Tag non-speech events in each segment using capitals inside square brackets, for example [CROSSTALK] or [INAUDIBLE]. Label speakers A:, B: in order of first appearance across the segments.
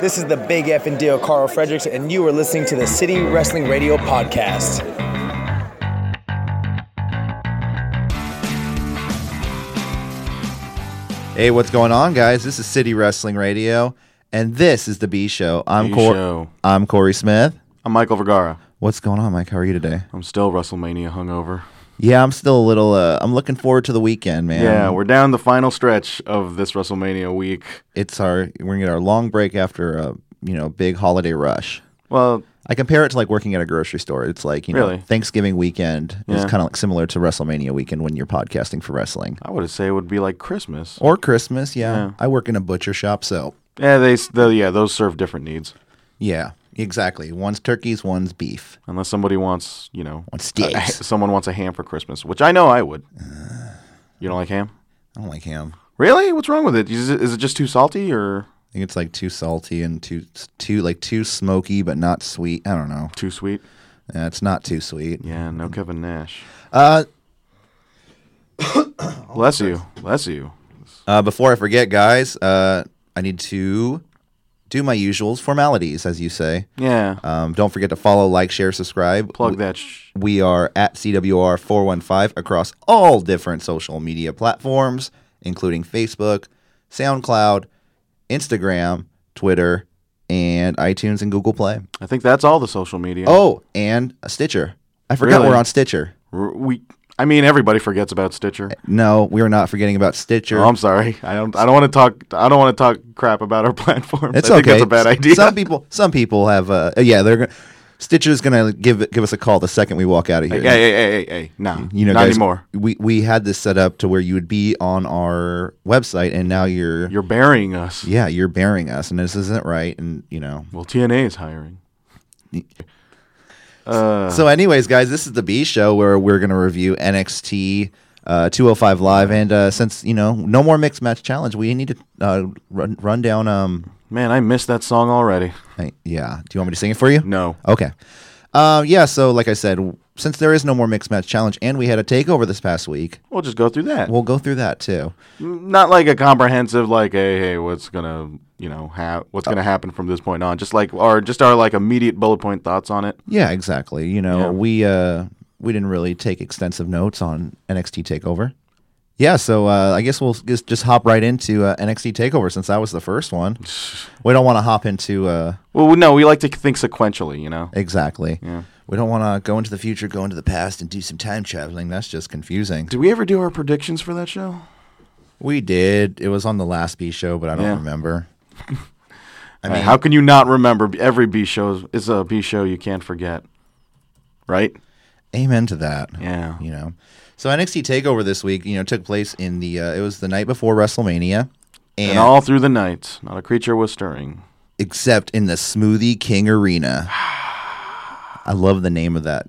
A: This is the Big F and Deal, Carl Fredericks, and you are listening to the City Wrestling Radio Podcast.
B: Hey, what's going on, guys? This is City Wrestling Radio, and this is the B Show. I'm
C: B
B: Corey.
C: Show.
B: I'm Corey Smith.
C: I'm Michael Vergara.
B: What's going on, Mike? How are you today?
C: I'm still WrestleMania hungover.
B: Yeah, I'm still a little. Uh, I'm looking forward to the weekend, man.
C: Yeah, we're down the final stretch of this WrestleMania week.
B: it's our we're gonna get our long break after a you know big holiday rush.
C: Well,
B: I compare it to like working at a grocery store. It's like you know
C: Really?
B: Thanksgiving weekend is
C: Yeah.
B: kind of like similar to WrestleMania weekend when you're podcasting for wrestling
C: I would say it would be like Christmas.
B: or Christmas. Yeah,
C: Yeah.
B: I work in a butcher shop, so
C: Yeah, they s- the, yeah, those serve different needs.
B: yeah, exactly. One's turkeys, one's beef,
C: Unless somebody wants, you know,
B: one's
C: a- [LAUGHS]
B: steaks.
C: someone wants a ham for Christmas, which I know I would. Uh. You don't like ham?
B: I don't like ham.
C: Really? What's wrong with it? Is it, is it just too salty or
B: I think it's like too salty and too too like too smoky but not sweet. I don't know.
C: too sweet?
B: Uh, it's not too sweet.
C: Yeah, no Kevin Nash.
B: Uh,
C: Bless you. Bless you.
B: uh, before I forget, guys, uh, I need to do my usuals formalities, as you say.
C: Yeah.
B: Um, don't forget to follow, like, share, subscribe.
C: Plug that. Sh-
B: We are at CWR415 across all different social media platforms, including Facebook, SoundCloud, Instagram, Twitter, and iTunes and Google Play.
C: I think that's all the social media.
B: Oh, and Stitcher. I forgot
C: Really?
B: we're on Stitcher.
C: R- we I mean everybody forgets about Stitcher.
B: No, we are not forgetting about Stitcher.
C: Oh, I'm sorry. I don't I don't want to talk I don't want to talk crap about our [LAUGHS] platforms.
B: it's
C: I
B: okay.
C: think that's a bad
B: S-
C: idea.
B: Some people, some people have. Uh, yeah, they're gonna, Stitcher's gonna give give us a call the second we walk out of here.
C: [LAUGHS] hey, hey, hey, hey, hey. Nah.
B: you know,
C: not
B: guys,
C: anymore.
B: We we had this set up to where you would be on our website, and now you're,
C: You're burying us.
B: yeah, you're bearing us, and this isn't right, and you know.
C: Well, TNA is hiring. Uh,
B: So, anyways, guys, this is the B show where we're gonna review NXT. Uh, 205 live and uh, since you know no more mixed match challenge we need to uh, run, run down um
C: man, I missed that song already.
B: I- yeah do you want me to sing it for you
C: No.
B: Okay. Uh, yeah, so like I said, w- since there is no more mixed match challenge and we had a takeover this past week,
C: We'll just go through that.
B: we'll go through that too.
C: not like a comprehensive like hey, hey, what's going to, you know, ha- what's going to happen from this point on. Just like our just our like immediate bullet point thoughts on it.
B: Yeah, exactly. You know,
C: Yeah.
B: we uh we didn't really take extensive notes on NXT Takeover. Yeah, so uh, I guess we'll just just hop right into uh, NXT Takeover since that was the first
C: [SIGHS]
B: one. we don't want to hop into uh
C: Well, no, we like to think sequentially, you know.
B: exactly.
C: Yeah.
B: We don't want to go into the future, go into the past, and do some time traveling. That's just confusing.
C: Did we ever do our predictions for that show?
B: We did. It was on the last B show, but I don't
C: Yeah.
B: remember. I
C: Uh,
B: mean,
C: how can you not remember? Every B show is a B show you can't forget, right?
B: amen to that.
C: Yeah.
B: you know. So NXT Takeover this week, you know, took place in the uh, it was the night before WrestleMania, and,
C: And all through the night, not a creature was stirring.
B: except in the Smoothie King Arena. I love the name of that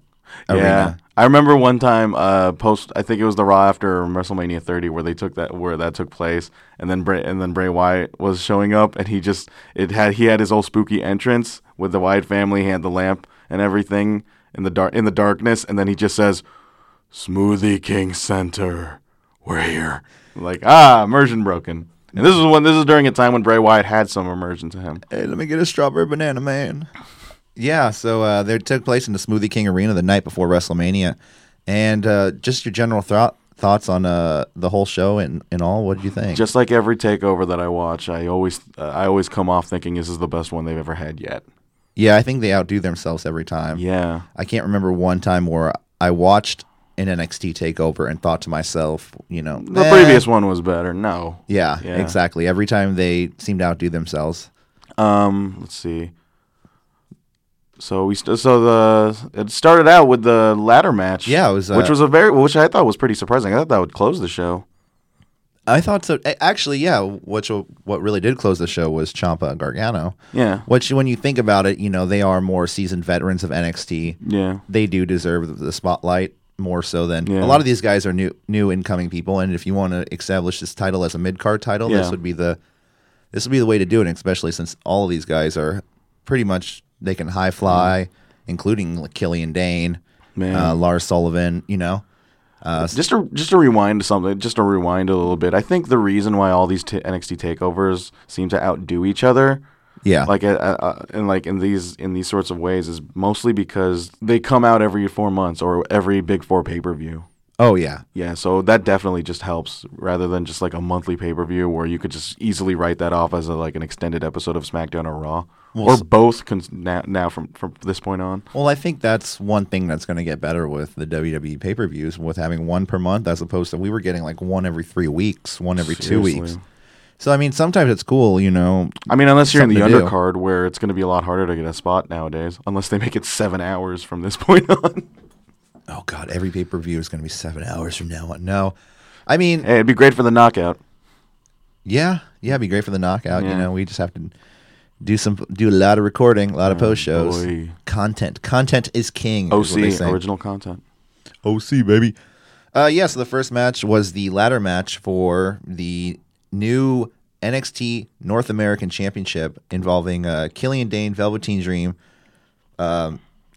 C: Yeah,
B: arena.
C: I remember one time, uh, post I think it was the Raw after WrestleMania 30, where they took that where that took place, and then Bray and then Bray Wyatt was showing up, and he just it had he had his old spooky entrance with the Wyatt family, he had the lamp and everything in the dark in the darkness, and then he just says, "Smoothie King Center, we're here." Like ah, immersion broken. And this is when this is during a time when Bray Wyatt had some immersion to him.
B: Hey, let me get a strawberry banana, man. Yeah, so uh, they took place in the Smoothie King Arena the night before WrestleMania, and uh, just your general thought thoughts on uh, the whole show and, and all. What did you think?
C: Just like every takeover that I watch, I always uh, I always come off thinking this is the best one they've ever had yet.
B: yeah, I think they outdo themselves every time.
C: Yeah.
B: I can't remember one time where I watched an NXT takeover and thought to myself, you know,
C: The previous one was better. No.
B: Yeah,
C: Yeah.
B: exactly. Every time they seem to outdo themselves.
C: Um, let's see. So we st- so the it started out with the ladder match.
B: Yeah, it was, uh,
C: which was a very which I thought was pretty surprising. I thought that would close the show.
B: I thought so. a- Actually, yeah. Which uh, what really did close the show was Champa Gargano.
C: Yeah.
B: Which, when you think about it, you know they are more seasoned veterans of NXT.
C: Yeah.
B: They do deserve the spotlight more so than
C: Yeah.
B: a lot of these guys are new, new incoming people. And if you want to establish this title as a mid card title, this
C: Yeah.
B: would be the this would be the way to do it. Especially since all of these guys are pretty much they can high fly, including like Killian Dane,
C: Mm-hmm. Man.
B: uh, Lars Sullivan. You know. Uh,
C: just to just to rewind to something, just to rewind a little bit. I think the reason why all these t- NXT takeovers seem to outdo each other
B: Yeah.
C: like uh, uh, and like in these in these sorts of ways is mostly because they come out every four months or every big four pay per view.
B: Oh yeah.
C: Yeah, so that definitely just helps rather than just like a monthly pay per view where you could just easily write that off as a, like an extended episode of SmackDown or Raw or both cons- now, now from from this point on.
B: Well, I think that's one thing that's going to get better with the WWE pay per views, with having one per month as opposed to we were getting like one every three weeks, one every two weeks.
C: Seriously.
B: So, I mean, sometimes it's cool, you know.
C: I mean, unless you're in the
B: Something to do.
C: undercard where it's going to be a lot harder to get a spot nowadays, unless they make it seven hours from this [LAUGHS] point on.
B: Oh, God, every pay per view is going to be seven hours from now on. No. I mean,
C: hey, it'd be great for the knockout.
B: yeah, yeah, it'd be great for the knockout. You
C: Yeah.
B: know, we just have to do some, do a lot of recording, a lot of post shows.
C: Oh, boy.
B: Content, content is king. is what they
C: OC
B: say.
C: original content.
B: OC, baby. Uh, yeah, so the first match was the ladder match for the new NXT North American Championship involving uh, Killian Dane, Velveteen Dream, um,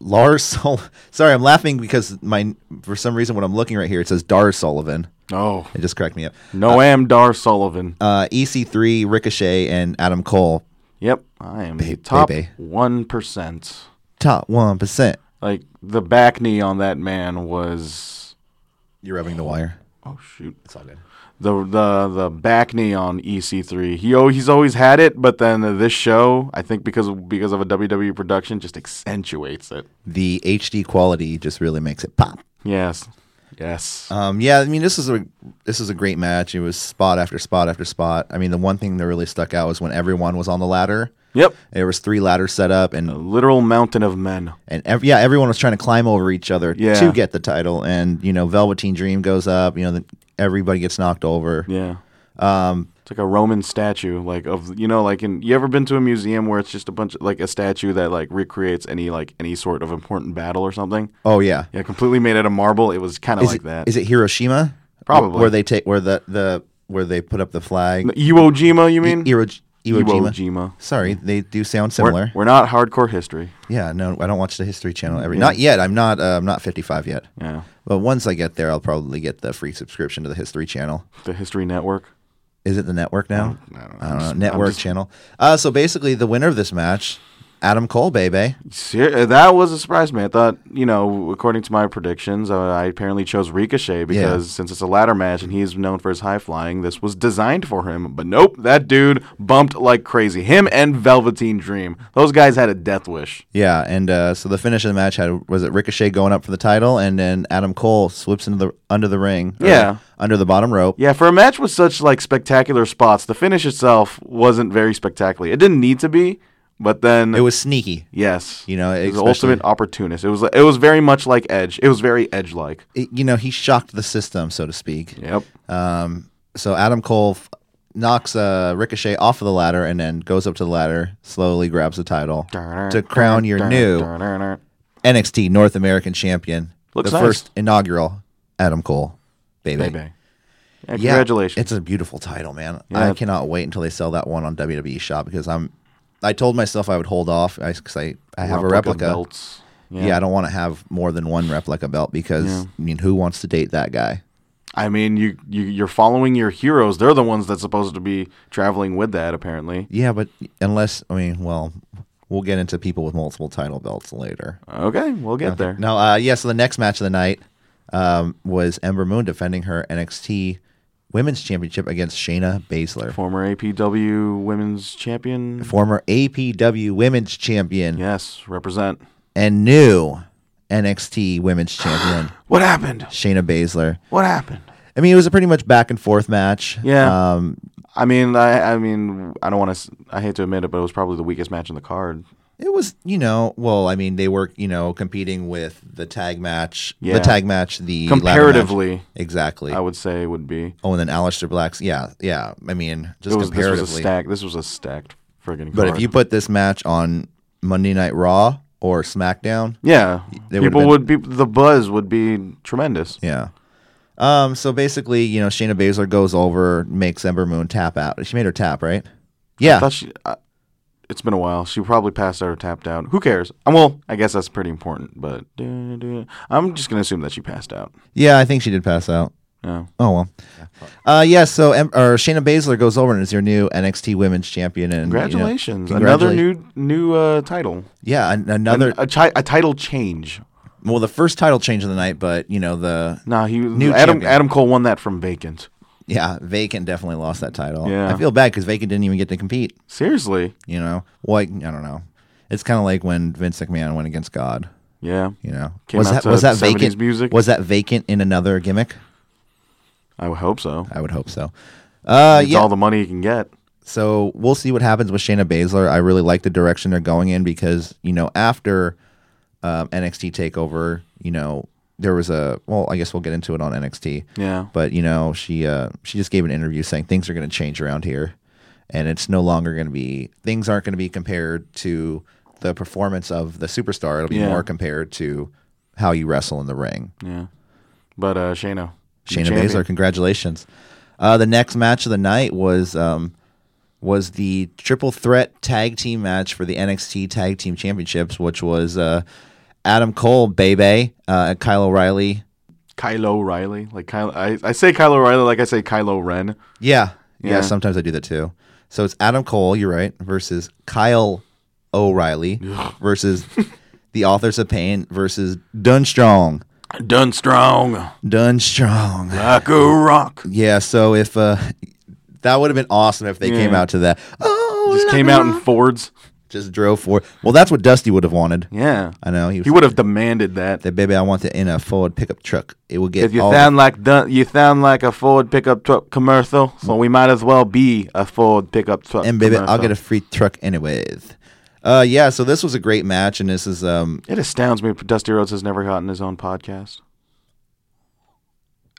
B: Lars Sul- [LAUGHS] Sorry, I'm laughing because my for some reason when I'm looking right here, it says Dar Sullivan.
C: Oh,
B: It just cracked me up.
C: Noam Dar Sullivan.
B: Uh, EC3, Ricochet, and Adam Cole.
C: yep, I am the top
B: baby.
C: one percent.
B: Top 1%.
C: Like the back knee on that man was.
B: You're rubbing the wire.
C: Oh shoot.
B: It's all good.
C: the the the back knee on EC3. He al- he's always had it, but then this show, I think because because of a WWE production, just accentuates it.
B: The HD quality just really makes it pop.
C: Yes, yes.
B: Um, yeah, I mean this is a this is a great match. It was spot after spot after spot. I mean the one thing that really stuck out was when everyone was on the ladder.
C: yep,
B: There was three ladders set up,
C: a
B: and
C: literal mountain of men.
B: and ev- yeah, everyone was trying to climb over each other
C: Yeah.
B: to get the title. And you know, Velveteen Dream goes up. You know, the, everybody gets knocked over.
C: Yeah. Um, it's like a Roman statue, like of you know, like in you ever been to a museum where it's just a bunch of like a statue that like recreates any like any sort of important battle or something.
B: Oh yeah,
C: Yeah, completely made out of marble. It was kind of
B: is
C: like
B: it,
C: that.
B: is it Hiroshima?
C: Probably.
B: where they take where the the where they put up the flag.
C: Iwo Jima, you mean?
B: Iro- Iwo, Jima.
C: Iwo Jima.
B: Sorry, they do sound
C: We're-
B: similar.
C: we're not hardcore history.
B: yeah, no, I don't watch the History Channel every. Not yet. I'm not. Uh, I'm not 55 yet.
C: Yeah.
B: But once I get there, I'll probably get the free subscription to the History Channel.
C: The History Network.
B: Is it the network now?
C: I don't know.
B: I don't
C: I'm
B: know.
C: just-
B: Network
C: I'm just-
B: channel. Uh, so basically, the winner of this match, Adam Cole, baby.
C: Ser- that was a surprise to me. I thought, you know, according to my predictions, uh, I apparently chose Ricochet because since it's a ladder match and he's known for his high flying, this was designed for him. But nope, that dude bumped like crazy. Him and Velveteen Dream. Those guys had a death wish.
B: Yeah, and uh, so the finish of the match had was it Ricochet going up for the title, and then Adam Cole slips into the under the ring. or
C: Yeah.
B: under the bottom rope.
C: Yeah, for a match with such like spectacular spots, the finish itself wasn't very spectacular. It didn't need to be, but then
B: It was sneaky.
C: yes,
B: You know,
C: it was
B: especially-
C: an ultimate opportunist. It was it was very much like Edge. It was very Edge like.
B: It- you know, he shocked the system, so to speak.
C: Yep.
B: Um, so Adam Cole f- knocks uh, Ricochet off of the ladder, and then goes up to the ladder, slowly grabs the title to crown your new NXT North American champion.
C: Looks
B: the
C: nice.
B: first inaugural Adam Cole, baby.
C: Baby. Yeah,
B: Yeah,
C: congratulations.
B: It's a beautiful title, man. I
C: Yeah.
B: cannot wait until they sell that one on WWE Shop because I'm. I told myself I would hold off because I, I have a replica.
C: belts.
B: Yeah. I don't want to have more than one replica belt because I mean, who wants to date that guy?
C: I mean, you, you you're following your heroes. They're the ones that's supposed to be traveling with that. Apparently.
B: Yeah, but unless I mean, well, we'll get into people with multiple title belts later.
C: Okay, we'll get there.
B: No, uh, yeah. So the next match of the night um, was Ember Moon defending her NXT Women's Championship against Shayna Baszler,
C: Former APW Women's Champion.
B: former APW Women's Champion
C: yes, represent.
B: and new NXT Women's
C: [SIGHS]
B: Champion
C: What happened?
B: Shayna Baszler.
C: What happened?
B: I mean, it was a pretty much back and forth match.
C: Yeah.
B: Um,
C: I mean, I I mean, I don't want to. I hate to admit it, but it was probably the weakest match in the card.
B: it was, you know, well, I mean, they were, you know, competing with the tag match,
C: Yeah.
B: the tag match, the ladder match.
C: Comparatively,
B: exactly.
C: I would say would be.
B: oh, and then Aleister Black's, yeah, yeah. I mean, just
C: It was, this was a
B: comparatively.
C: stack. This was a stacked friggin' card.
B: But if you put this match on Monday Night Raw or SmackDown,
C: yeah,
B: they would've
C: people
B: been-
C: would be the buzz would be tremendous.
B: yeah. Um, so basically, you know, Shayna Baszler goes over, makes Ember Moon tap out. She made her tap, right? Yeah.
C: Thought she, I it's been a while. She probably passed out or tapped out. Who cares? Um, well, I guess that's pretty important. But I'm just gonna assume that she passed out.
B: Yeah, I think she did pass out.
C: Yeah.
B: Oh well. Uh, yeah. So em- or Shayna Baszler goes over and is your new NXT Women's Champion. And you know,
C: Congratulations. Another
B: congratulate-
C: new new uh, title.
B: Yeah, an-
C: An- uh,
B: another.
C: a, chi- a title change.
B: well, the first title change of the night, but you know the
C: Nah, he
B: New
C: Adam
B: champion.
C: Adam Cole won that from vacant.
B: yeah Vacant definitely lost that title.
C: Yeah.
B: I feel bad because Vacant didn't even get to compete.
C: Seriously.
B: You know, like I don't know. It's kind of like when Vince McMahon went against God.
C: Yeah.
B: You know,
C: Came
B: was
C: out
B: that
C: to
B: was that
C: 70s
B: vacant
C: music.
B: Was that vacant in another gimmick?
C: I would hope so.
B: I would hope so. Uh,
C: It's
B: yeah.
C: all the money you can get.
B: So we'll see what happens with Shayna Baszler. I really like the direction they're going in because you know after um, NXT Takeover, you know there was a well, I guess we'll get into it on NXT.
C: Yeah.
B: But you know she uh, she just gave an interview saying things are going to change around here, and it's no longer going to be things aren't going to be compared to the performance of the superstar. It'll be
C: Yeah.
B: more compared to how you wrestle in the ring.
C: Yeah. But uh Shayna. new
B: Shayna
C: champion.
B: Baszler, congratulations. Uh, the next match of the night was um, was the triple threat tag team match for the NXT Tag Team Championships, which was uh, Adam Cole, Bebe, uh, Kyle O'Reilly.
C: Kylo Riley. Like Kylo I, I say Kylo Riley like I say Kylo Ren.
B: Yeah, yeah,
C: Yeah.
B: Sometimes I do that too. So it's Adam Cole, you're right, versus Kyle
C: [LAUGHS]
B: O'Reilly versus the Authors of Pain versus Dunstrong.
C: Done strong.
B: Dunstrong.
C: Like a
B: [LAUGHS]
C: rock.
B: Yeah, so if uh that would have been awesome if they came
C: Yeah.
B: out to that. Oh,
C: Just
B: la-
C: came out in Fords.
B: just drove for. Well, that's what Dusty would have wanted.
C: Yeah.
B: I know he, was,
C: He would have demanded that.
B: that baby. I want it in a Ford pickup truck. It will
C: If
B: get
C: you
B: all.
C: sound like dun- you sound like a Ford pickup truck commercial, so we might as well be a Ford pickup truck.
B: Mm. and baby,
C: commercial.
B: I'll get a free truck anyways. Uh, yeah. So this was a great match, and this is um.
C: It astounds me Dusty Rhodes has never gotten his own podcast.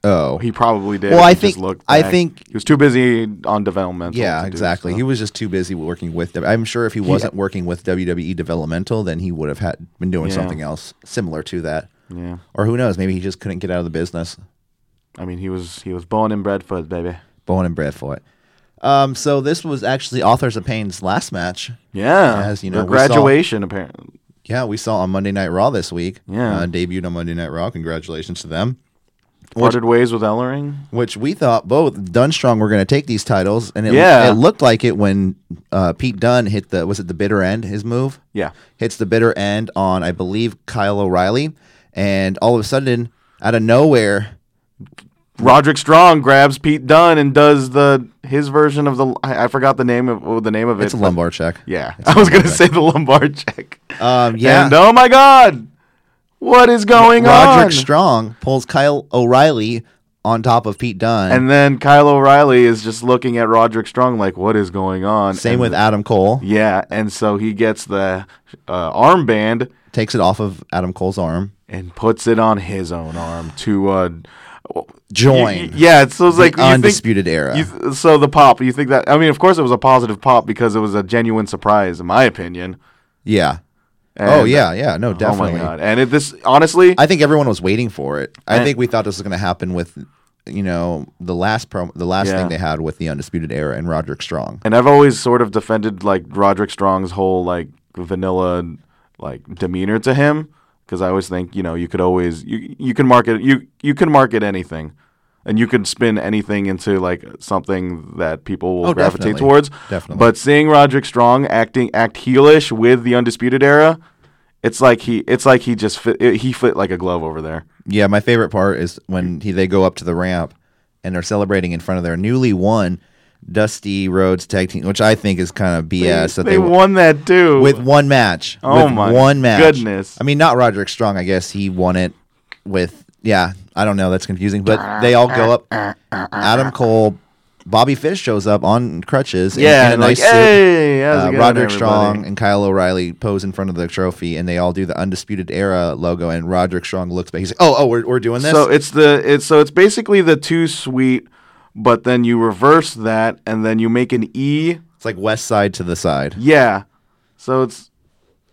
B: Oh,
C: He probably did.
B: Well, I
C: He just
B: think-
C: looked
B: I
C: back.
B: think-
C: he was too busy on developmental.
B: yeah,
C: to do
B: exactly.
C: stuff.
B: He was just too busy working with. them. I'm sure if he wasn't working with WWE developmental, then he would have had been doing
C: Yeah.
B: something else similar to that.
C: yeah,
B: Or who knows? Maybe he just couldn't get out of the business.
C: I mean, he was he was born in Bradford, baby.
B: born and bred for it. Um, so this was actually Authors of Pain's last match.
C: Yeah,
B: As you know,
C: Their
B: we saw-
C: graduation apparently.
B: Yeah, we saw on Monday Night Raw this week.
C: Yeah.
B: uh, debuted on Monday Night Raw. Congratulations to them.
C: Parted ways with Ellering.
B: Which we thought both Dunstrong were going to take these titles, and it,
C: Yeah.
B: it looked like it when uh, Pete Dunn hit the was it the bitter end his move
C: Yeah,
B: hits the bitter end on I believe Kyle O'Reilly, and all of a sudden out of nowhere
C: Roderick Strong grabs Pete Dunn and does the his version of the I, I forgot the name of oh, the name of it.
B: it's a
C: but-
B: lumbar check.
C: Yeah, [LAUGHS] I was gonna say the lumbar check.
B: Um, yeah,
C: And oh my God, what is going
B: Roderick
C: on?
B: Strong pulls Kyle O'Reilly on top of Pete Dunn.
C: and then Kyle O'Reilly is just looking at Roderick Strong like, what is going on?
B: Same
C: And-
B: with Adam Cole.
C: Yeah, and so he gets the uh, armband
B: Takes it off of Adam Cole's arm.
C: and puts it on his own arm to uh,
B: Join.
C: y- yeah. So it's like you think-
B: Undisputed era.
C: you th- so the pop, you think that? I mean, of course, it was a positive pop because it was a genuine surprise, in my opinion.
B: yeah.
C: And-
B: oh yeah, yeah. No,
C: Oh my
B: definitely.
C: god! And it, this, honestly,
B: I think everyone was waiting for it. I
C: And-
B: think we thought this was going to happen with, you know, the last prom- the last
C: Yeah.
B: thing they had with the Undisputed Era and Roderick Strong.
C: And I've always sort of defended like Roderick Strong's whole like vanilla like demeanor to him because I always think you know you could always you you can market you you can market anything, and you could spin anything into like something that people will
B: Oh,
C: gravitate
B: definitely.
C: towards.
B: Definitely.
C: But seeing Roderick Strong acting act heelish with the Undisputed Era, it's like he it's like he just fit it, he fit like a glove over there.
B: Yeah, my favorite part is when he they go up to the ramp and they're celebrating in front of their newly won Dusty Rhodes tag team, which I think is kind of BS that
C: they,
B: they, won.
C: won that too
B: with one match.
C: Oh
B: with
C: my
B: one match.
C: goodness.
B: I mean, not Roderick Strong. I guess he won it with. Yeah, I don't know. That's confusing. But they all go up. Adam Cole, Bobby Fish shows up on crutches. in-
C: yeah,
B: in a
C: and
B: nice
C: like,
B: suit.
C: hey, how's it
B: Uh,
C: going,
B: Roderick
C: everybody?"
B: Strong and Kyle O'Reilly pose in front of the trophy, and they all do the Undisputed Era logo. And Roderick Strong looks back. He's like, "Oh, oh, we're, we're doing this."
C: So it's the it's so it's basically the two sweet, but then you reverse that and then you make an E.
B: it's like West Side to the side.
C: Yeah. So it's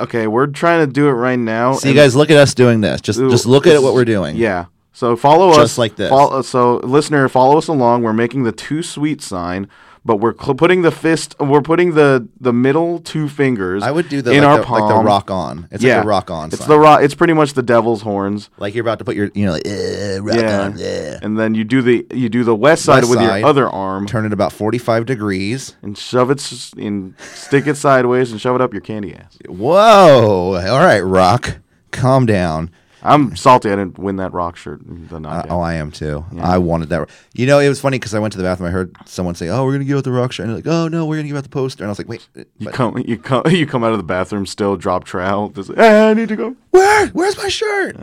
C: okay. We're trying to do it right now.
B: So you
C: and-
B: guys look at us doing this. Just just look at what we're doing.
C: Yeah. So follow us uh,
B: Just like this.
C: Fol- so listener, follow us along. We're making the two sweet sign, but we're cl- putting the fist, we're putting the the middle two fingers.
B: I would do the
C: in
B: like,
C: our
B: the,
C: palm.
B: like the rock on. It's
C: yeah,
B: like the rock on.
C: It's
B: sign.
C: the rock. It's pretty much the devil's horns.
B: like you're about to put your you know like, eh, rock
C: Yeah.
B: on. Yeah.
C: And then you do the you do the west side
B: West
C: with
B: side.
C: your other arm
B: Turn it about 45 degrees.
C: and shove it s- and stick it sideways and shove it up your candy ass.
B: Whoa! All right, rock, calm down.
C: I'm salty. I didn't win that rock shirt. The knockout.
B: Oh, I am too. I wanted that. You know, it was funny because I went to the bathroom. I heard someone say, "Oh, we're gonna give out the rock shirt," and they're like, "Oh no, we're gonna give out the poster." And I was like, "Wait, eh,
C: You
B: but
C: come, you come, [LAUGHS] you come out of the bathroom still, drop trowel. Just, "Ah, I need to go.
B: where? Where's my shirt?"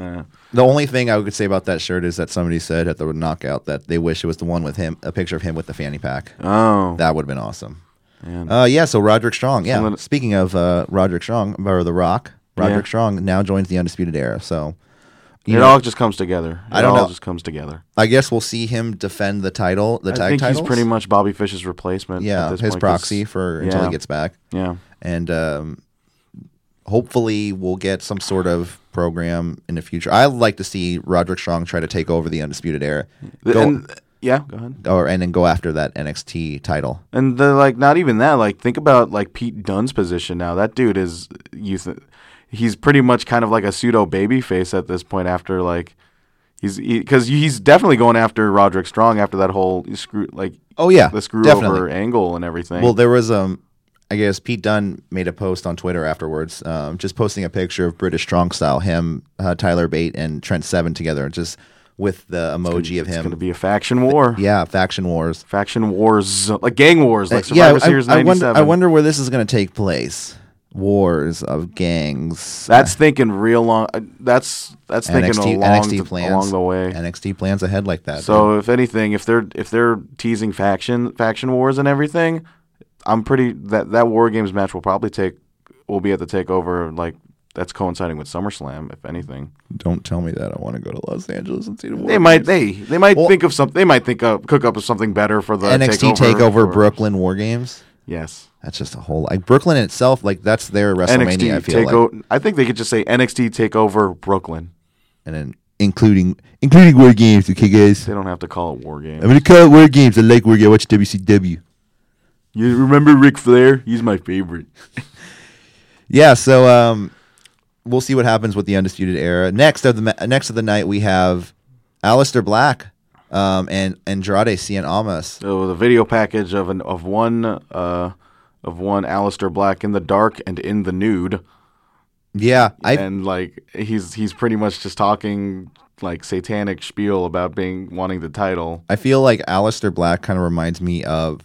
B: The only thing I could say about that shirt is that somebody said at the knockout that they wish it was the one with him, a picture of him with the fanny pack.
C: Oh,
B: That would have been awesome. Uh, yeah, so Roderick Strong. Yeah.
C: Someone-
B: Speaking of uh, Roderick Strong, or The Rock, Roderick
C: Yeah.
B: Strong now joins the Undisputed Era. So
C: it all just comes together. It
B: I don't
C: all
B: know.
C: just comes together.
B: I guess we'll see him defend the title, the
C: I
B: tag
C: think
B: title.
C: he's pretty much Bobby Fish's replacement.
B: yeah,
C: at
B: his
C: this point, 'cause-
B: proxy for until
C: yeah.
B: he gets back.
C: Yeah,
B: And um, hopefully we'll get some sort of program in the future. I'd like to see Roderick Strong try to take over the Undisputed Era.
C: The-
B: Go-
C: and yeah, go ahead.
B: or and then go after that NXT title.
C: And the like, not even that. Like, think about like Pete Dunne's position now. That dude is you. Th- he's pretty much kind of like a pseudo baby face at this point. After like, he's because he's definitely going after Roderick Strong after that whole screw like
B: Oh yeah,
C: the screw
B: definitely.
C: over angle and everything.
B: Well, there was um, I guess Pete Dunn made a post on Twitter afterwards, um, just posting a picture of British Strong Style, him, uh, Tyler Bate, and Trent Seven together, just with the emoji of
C: it's
B: him.
C: going to be a faction war.
B: um, yeah, faction wars.
C: Faction wars, like gang wars, like
B: Uh, yeah,
C: Survivor Series
B: I, I wonder.
C: '97.
B: I wonder where this is going to take place. Wars of gangs.
C: That's thinking real long. uh, That's that's thinking
B: NXT,
C: along
B: NXT
C: th-
B: plans
C: along the way.
B: NXT plans ahead like that.
C: So if anything, if they're if they're teasing faction faction wars and everything, I'm pretty that that war games match will probably take will be at the takeover like that's coinciding with SummerSlam if anything.
B: don't tell me that. I want to go to Los Angeles and see the war.
C: They might they they might
B: Well-
C: think of something they might think of cook up with something better for the
B: NXT
C: takeover,
B: takeover,
C: or-
B: Brooklyn War Games.
C: Yes.
B: That's just a whole like Brooklyn itself. Like that's their WrestleMania. I
C: NXT
B: feel like.
C: takeover. I think they could just say NXT takeover Brooklyn.
B: and then including including war games. Okay, guys.
C: They don't have to call it war game.
B: I'm gonna call it war games. I like war games. I watch WCW.
C: You remember Ric Flair? He's my favorite.
B: Yeah. So um, we'll see what happens with the undisputed era. Next of the ma- next of the night, we have Alistair Black, um, and Andrade Cien Almas.
C: So the video package of an of one uh of one Alistair Black in the dark and in the nude,
B: Yeah, I
C: and like he's he's pretty much just talking like satanic spiel about being wanting the title.
B: I feel like Alistair Black kind of reminds me of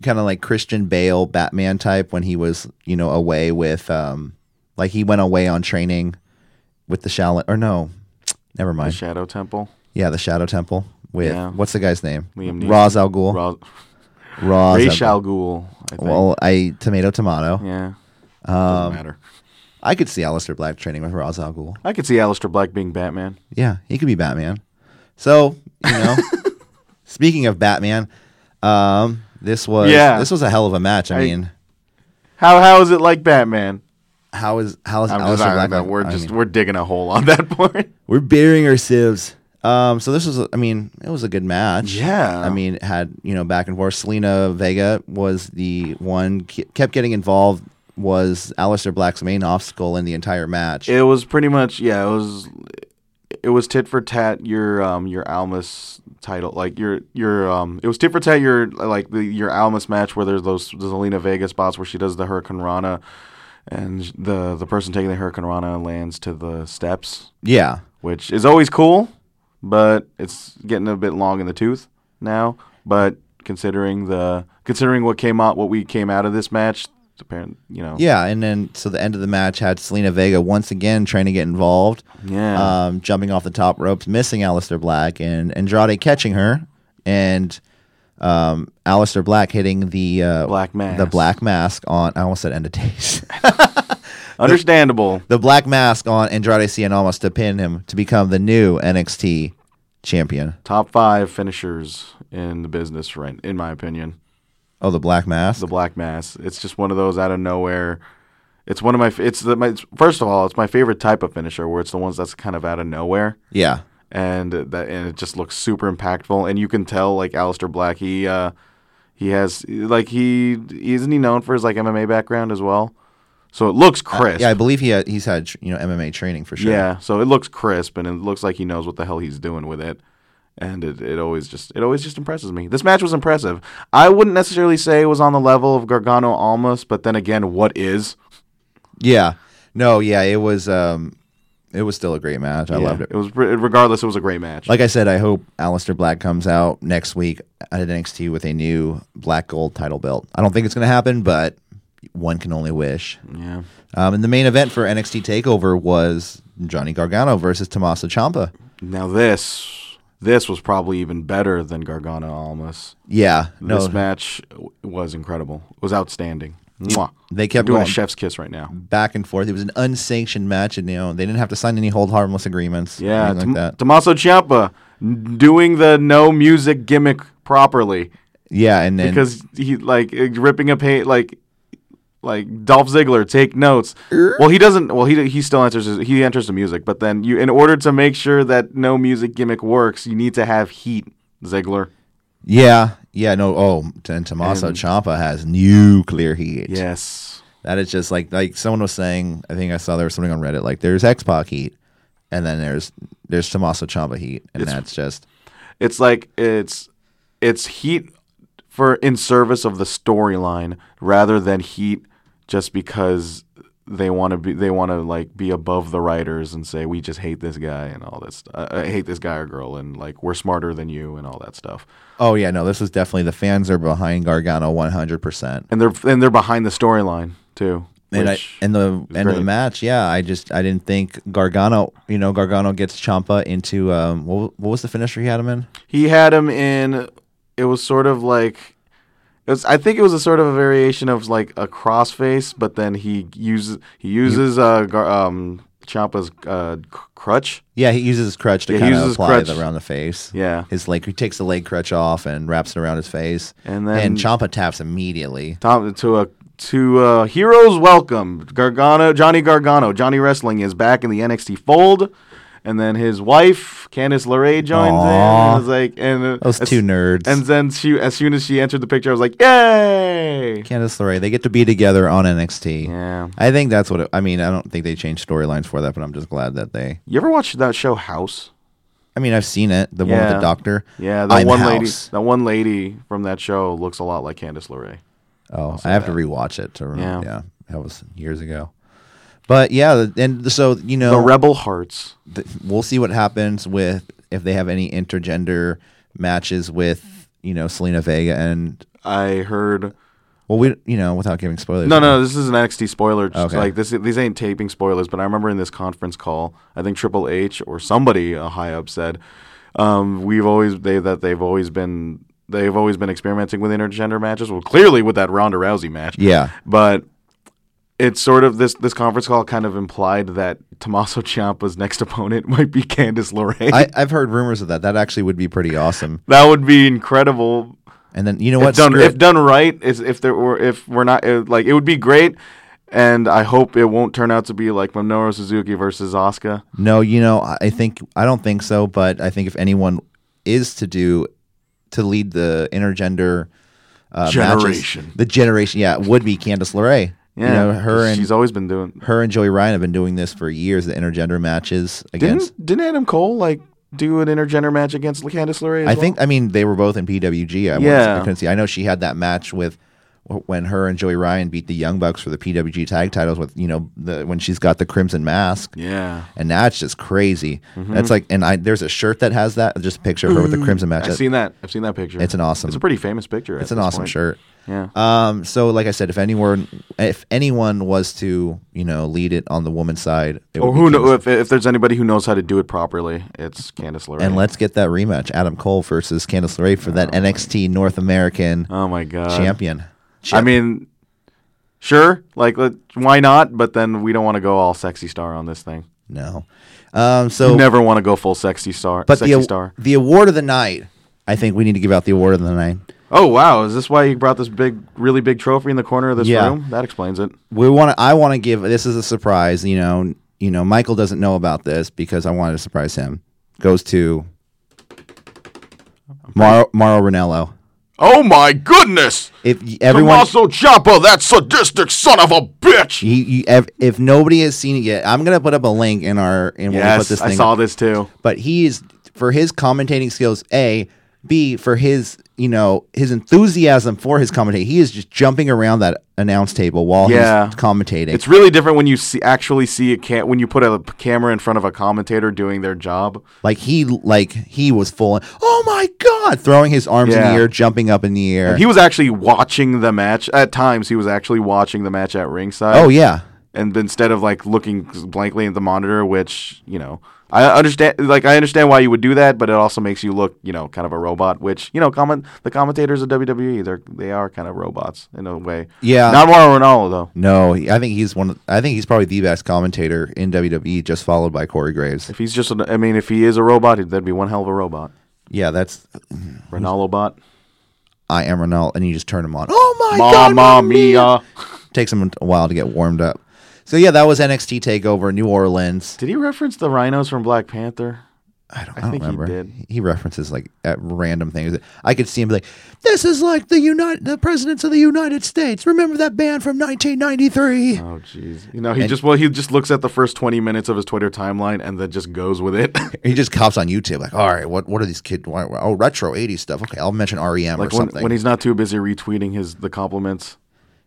B: kind of like Christian Bale Batman type when he was, you know, away with um like he went away on training with the Shaolin or no, never
C: The
B: mind.
C: Shadow Temple.
B: Yeah, the Shadow Temple with
C: Yeah.
B: what's the guy's name?
C: Liam Neeson.
B: Ra's al Ghul.
C: Ra-
B: Ra's
C: Ray
B: al Ghul.
C: Shal Ghul. I think.
B: Well, um, I tomato tomato.
C: yeah. Doesn't matter.
B: I could see Alistair Black training with Ra's al Ghul.
C: I could see Alistair Black being Batman.
B: Yeah, he could be Batman. So, you
C: [LAUGHS]
B: know, speaking of Batman, um this was
C: Yeah.
B: this was a hell of a match. I,
C: I-
B: mean,
C: How how is it like Batman?
B: How is how is
C: I'm just
B: Alistair
C: sorry,
B: Black?
C: that we're
B: I
C: just
B: mean,
C: we're digging a hole on that [LAUGHS] point.
B: we're burying ourselves. Um, so this was, a- I mean, it was a good match.
C: Yeah.
B: I mean, it had you know back and forth. Selena Vega was the one ke- kept getting involved. Was Alistair Black's main obstacle in the entire match?
C: It was pretty much yeah. It was it was tit for tat your um your Almas title like your your um it was tit for tat your like the your Almas match where there's those the Zelina Vega spots where she does the Hurricane Rana and sh- the the person taking the Hurricane Rana lands to the steps
B: yeah,
C: which is always cool but it's getting a bit long in the tooth now but considering the considering what came out what we came out of this match apparently you know
B: yeah. And then so the end of the match had Selena Vega once again trying to get involved.
C: yeah
B: um, jumping off the top ropes, missing Alistair Black, and Andrade catching her, and um, Alistair Black hitting the uh,
C: Black mask.
B: the black mask on. I almost said end of days.
C: understandable
B: the black mask on Andrade Cien Almas to pin him to become the new NXT champion.
C: top five finishers in the business right in my opinion
B: Oh, the black mask.
C: the black mass it's just one of those out of nowhere it's one of my it's the my first of all it's my favorite type of finisher where it's the ones that's kind of out of nowhere
B: yeah,
C: and that and it just looks super impactful and you can tell like Alistair Black he uh He has like he isn't he known for his like MMA background as well. So it looks crisp.
B: Yeah, I believe he had, he's had you know MMA training for sure.
C: Yeah, so it looks crisp and it looks like he knows what the hell he's doing with it. And it, it always just it always just impresses me. This match was impressive. I wouldn't necessarily say it was on the level of Gargano Almas, but then again, what is?
B: Yeah. No, yeah, it was um it was still a great match. I
C: Yeah,
B: loved it.
C: It was regardless, it was a great match.
B: Like I said, I hope Alistair Black comes out next week at NXT with a new black gold title belt. I don't think it's going to happen, but one can only wish.
C: yeah.
B: Um, and the main event for NXT Takeover was Johnny Gargano versus Tommaso Ciampa.
C: Now this this was probably even better than Gargano Almas.
B: Yeah, no,
C: This match w- was incredible. It was outstanding.
B: Mm.
C: Mwah.
B: they kept
C: I'm doing
B: going
C: a chef's kiss right now.
B: back and forth. It was an unsanctioned match, and you know they didn't have to sign any hold harmless agreements.
C: Yeah,
B: anything like that.
C: Tommaso Ciampa n- doing the no music gimmick properly.
B: yeah, and then
C: because he like uh, ripping a paint like like Dolph Ziggler take notes. Well, he doesn't. Well, he he still enters his, he enters the music, but then you in order to make sure that no music gimmick works, you need to have heat, Ziggler.
B: yeah, yeah, no. Oh, and Tommaso Ciampa has nuclear heat.
C: Yes.
B: That is just like like someone was saying. I think I saw there was something on Reddit. Like there's X Pac heat, and then there's there's Tommaso Ciampa heat, and that's just
C: It's like it's it's heat for in service of the storyline rather than heat just because they want to be they want to like be above the writers and say we just hate this guy and all this st- I I hate this guy or girl and like we're smarter than you and all that stuff.
B: oh yeah, no. This is definitely the fans are behind Gargano 100. percent
C: And they're and they're behind the storyline too.
B: And I,
C: which-
B: and the end of the
C: great.
B: match, yeah, I just I didn't think Gargano. You know, Gargano gets Ciampa into um what, what was the finisher he had him in?
C: he had him in it was sort of like it was, I think it was a sort of a variation of like a crossface, but then he uses he uses uh gar, um Ciampa's uh c- crutch.
B: Yeah, he uses his crutch to
C: Yeah, he
B: kind
C: uses
B: of
C: his
B: apply
C: crutch.
B: it around the face.
C: Yeah.
B: His leg, he takes the leg crutch off and wraps it around his face,
C: And then-
B: and Ciampa taps immediately.
C: Tom to a to uh heroes welcome. Gargano Johnny Gargano, Johnny Wrestling is back in the NXT fold. And then his wife, Candice LeRae, joins in.
B: Aw.
C: And it's like, and uh,
B: Those
C: as-
B: two nerds.
C: And then she, as soon as she entered the picture, I was like, "Yay!"
B: Candice LeRae, they get to be together on NXT.
C: Yeah.
B: I think that's what it, I mean. I don't think they changed storylines for that, but I'm just glad that they.
C: You ever watched that show House?
B: I mean, I've seen it. The one with
C: Yeah.
B: the doctor.
C: Yeah, that
B: I'm
C: one
B: House.
C: lady. That one lady from that show looks a lot like Candice LeRae.
B: Oh, I have to rewatch it to remember. Yeah.
C: Yeah.
B: that was years ago. But yeah, and so you know,
C: The Rebel Hearts.
B: th- we'll see what happens with if they have any intergender matches with you know Selena Vega and
C: I heard.
B: well, we you know without giving spoilers.
C: No, no, this is an NXT spoiler. Just
B: Okay.
C: Like this, these ain't taping spoilers. But I remember in this conference call, I think Triple H or somebody uh, high up said, um, "We've always they that they've always been they've always been experimenting with intergender matches. Well, clearly with that Ronda Rousey match.
B: Yeah.
C: but." It's sort of this this conference call kind of implied that Tommaso Ciampa's next opponent [LAUGHS] might be Candice LeRae.
B: I, I've heard rumors of that. That actually would be pretty awesome.
C: That would be incredible.
B: And then you know
C: If
B: what?
C: done,
B: Screw
C: if
B: it.
C: done right, is if there were if we're not it, like it would be great, and I hope it won't turn out to be like Minoru Suzuki versus Asuka.
B: No, you know, I- I think I don't think so, but I think if anyone is to do to lead the intergender uh, matches-
C: Generation.
B: the generation, yeah, it would be Candice LeRae.
C: Yeah,
B: you know, her and
C: she's always been doing.
B: her and Joey Ryan have been doing this for years. The intergender matches
C: Didn't
B: against.
C: didn't Adam Cole like do an intergender match against Candice LeRae? as
B: I
C: well?
B: think I mean they were both in PWG. I wanna
C: Yeah.
B: say- I couldn't see. I know she had that match with when her and Joey Ryan beat the Young Bucks for the PWG tag titles with you know the when she's got the crimson mask.
C: Yeah, Mm-hmm.
B: and that's just crazy. That's like, and I there's a shirt that has that, just a picture of her with the crimson match.
C: I've seen that. I've seen that picture.
B: It's an awesome-
C: It's a pretty famous picture. at
B: it's an
C: this
B: awesome
C: point.
B: shirt.
C: Yeah.
B: Um, so like I said, if anyone, if anyone was to, you know, lead it on the woman's side, it
C: Or
B: would be
C: who
B: Candice-
C: know if, if there's anybody who knows how to do it properly, it's Candice LeRae.
B: and let's get that rematch: Adam Cole versus Candice LeRae for that NXT North American
C: oh my god,
B: champion.
C: I mean, sure, like let, why not? But then we don't want to go all sexy star on this thing.
B: no. Um, so
C: You never want to go full sexy star.
B: but
C: sexy
B: the
C: star.
B: the award of the night, I think we need to give out the award of the night.
C: Oh wow, is this why you brought this big, really big trophy in the corner of this
B: Yeah.
C: room? That explains it.
B: we want to i want to give this is a surprise you know you know michael doesn't know about this because i wanted to surprise him goes to Mauro, Mauro Ranello.
C: Oh my goodness!
B: If y- everyone,
C: Tommaso Ciampa, that sadistic son of a bitch!
B: you, you, ev- if nobody has seen it yet, I'm gonna put up a link in our in when we put
C: Yes,
B: this
C: I
B: thing.
C: saw
B: up.
C: this too.
B: But he is for his commentating skills. A, B for his you know his enthusiasm for his commentating. He is just jumping around that announce table while
C: Yeah.
B: he's commentating.
C: It's really different when you see actually see a can when you put a p- camera in front of a commentator doing their job.
B: like he like he was full. on, oh my god! Throwing his arms in
C: Yeah.
B: the air, jumping up in the air.
C: He was actually watching the match at times. He was actually watching the match at ringside.
B: oh yeah.
C: and instead of like looking blankly at the monitor, which you know, I understand. Like I understand why you would do that, but it also makes you look, you know, kind of a robot. Which you know, comment the commentators of WWE, they're they are kind of robots in a way.
B: Yeah.
C: not Mauro Ronaldo though.
B: No, he- I think he's one. Of, I think he's probably the best commentator in WWE, just followed by Corey Graves.
C: If he's just, an, I mean, if he is a robot, that'd be one hell of a robot.
B: Yeah, that's
C: Ronaldo bot.
B: I am Ronaldo, and you just turn him on. Oh my god,
C: Mamma mia!
B: Takes him a while to get warmed up. So yeah, that was NXT Takeover New Orleans.
C: Did he reference the rhinos from Black Panther?
B: I don't, I
C: I
B: don't
C: think he
B: remember.
C: did.
B: references like at random things. I could see him be like, "This is like the United, the presidents of the United States. Remember that band from 1993."
C: Oh jeez. You know, he just well, he just looks at the first twenty minutes of his Twitter timeline and then just goes
B: [LAUGHS]
C: with it.
B: He just cops on YouTube like, "All right, what what are these kids? Why, oh, retro 80s stuff. Okay, I'll mention REM
C: like
B: or
C: when,
B: something."
C: when he's not too busy retweeting his the compliments.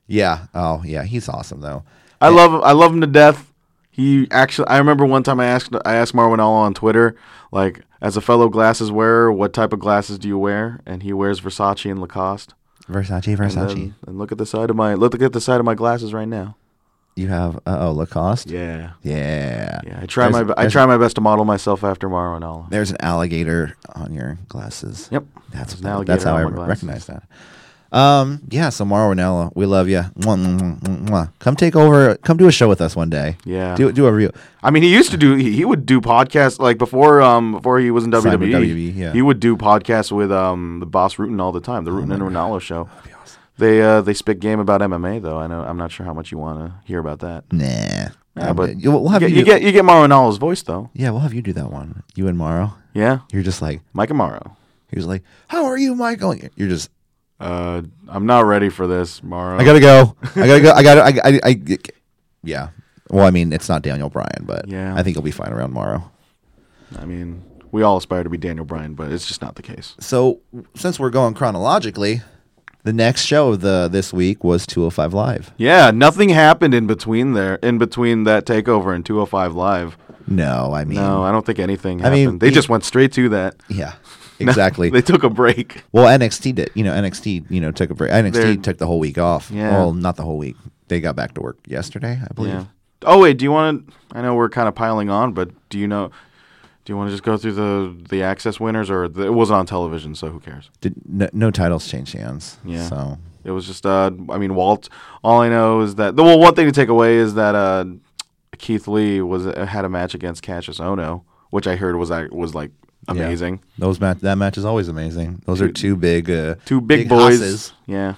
B: yeah. Oh yeah, he's awesome though.
C: I love I love him to death. He actually I remember one time I asked I asked Marwin All on Twitter like as a fellow glasses wearer, what type of glasses do you wear? And he wears Versace and Lacoste.
B: Versace,
C: And,
B: Versace.
C: then- and look at the side of my look at the side of my glasses right now.
B: you have uh oh Lacoste.
C: Yeah.
B: Yeah.
C: Yeah, I try
B: There's-
C: my be- I
B: there's-
C: try my best to model myself after Marwin All.
B: There's an alligator on your glasses.
C: Yep.
B: That's
C: There's an alligator
B: that's how
C: on
B: I
C: my glasses.
B: recognize that. Um, yeah, so Mara Winella, we love you. Come take over. Come do a show with us one day.
C: Yeah.
B: Do do a review.
C: I mean, he used to do. He, he would do podcasts like before. Um, before he was in
B: Signed
C: WWE,
B: with WWE, yeah. Oh
C: he would do podcasts with um the boss Rutan all the time, the Rutan and Ronaldo show. They uh they spit game about MMA though. I know I'm not sure how much you want to hear about that.
B: Nah.
C: Yeah,
B: Um,
C: but
B: you- we'll have
C: you,
B: you,
C: get, you
B: do-
C: get you get Mauro Ronaldo's voice though.
B: Yeah, we'll have you do that one. You and Morrow.
C: Yeah,
B: You're just like
C: Mike and Mauro.
B: he was like, How are you, Michael? You're just
C: Uh, I'm not ready for this, Mauro.
B: I gotta go. I gotta go. I gotta I I, I Yeah. Well, I mean, it's not Daniel Bryan, but
C: Yeah.
B: I think he'll be fine around Morrow.
C: I mean, we all aspire to be Daniel Bryan, but it's just not the case.
B: So since we're going chronologically, the next show of the this week was 205 Live.
C: Yeah, nothing happened in between there, in between that takeover and 205 Live.
B: No, I mean,
C: No, I don't think anything
B: Mm. I
C: happened.
B: mean,
C: they
B: he-
C: just went straight to that.
B: [LAUGHS] yeah, exactly.
C: they took a break.
B: well, NXT did. You know, NXT. You know, took a break. NXT
C: They're-
B: took the whole week off.
C: Yeah.
B: Well, not the whole week. They got back to work yesterday, I believe.
C: Yeah. Oh wait, do you want to? I know we're kind of piling on, but do you know? Do you want to just go through the the access winners, or the, it wasn't on television, so who cares?
B: Did no, no titles changed hands.
C: Yeah.
B: So
C: It was just, uh, I mean, Walt. All I know is that the well, one thing to take away is that uh, Keith Lee was uh, had a match against Cassius Ono, which I heard was like was like
B: yeah.
C: amazing.
B: Those match that match is always amazing. Those are two big uh,
C: Two big, boys.
B: hosses
C: Yeah,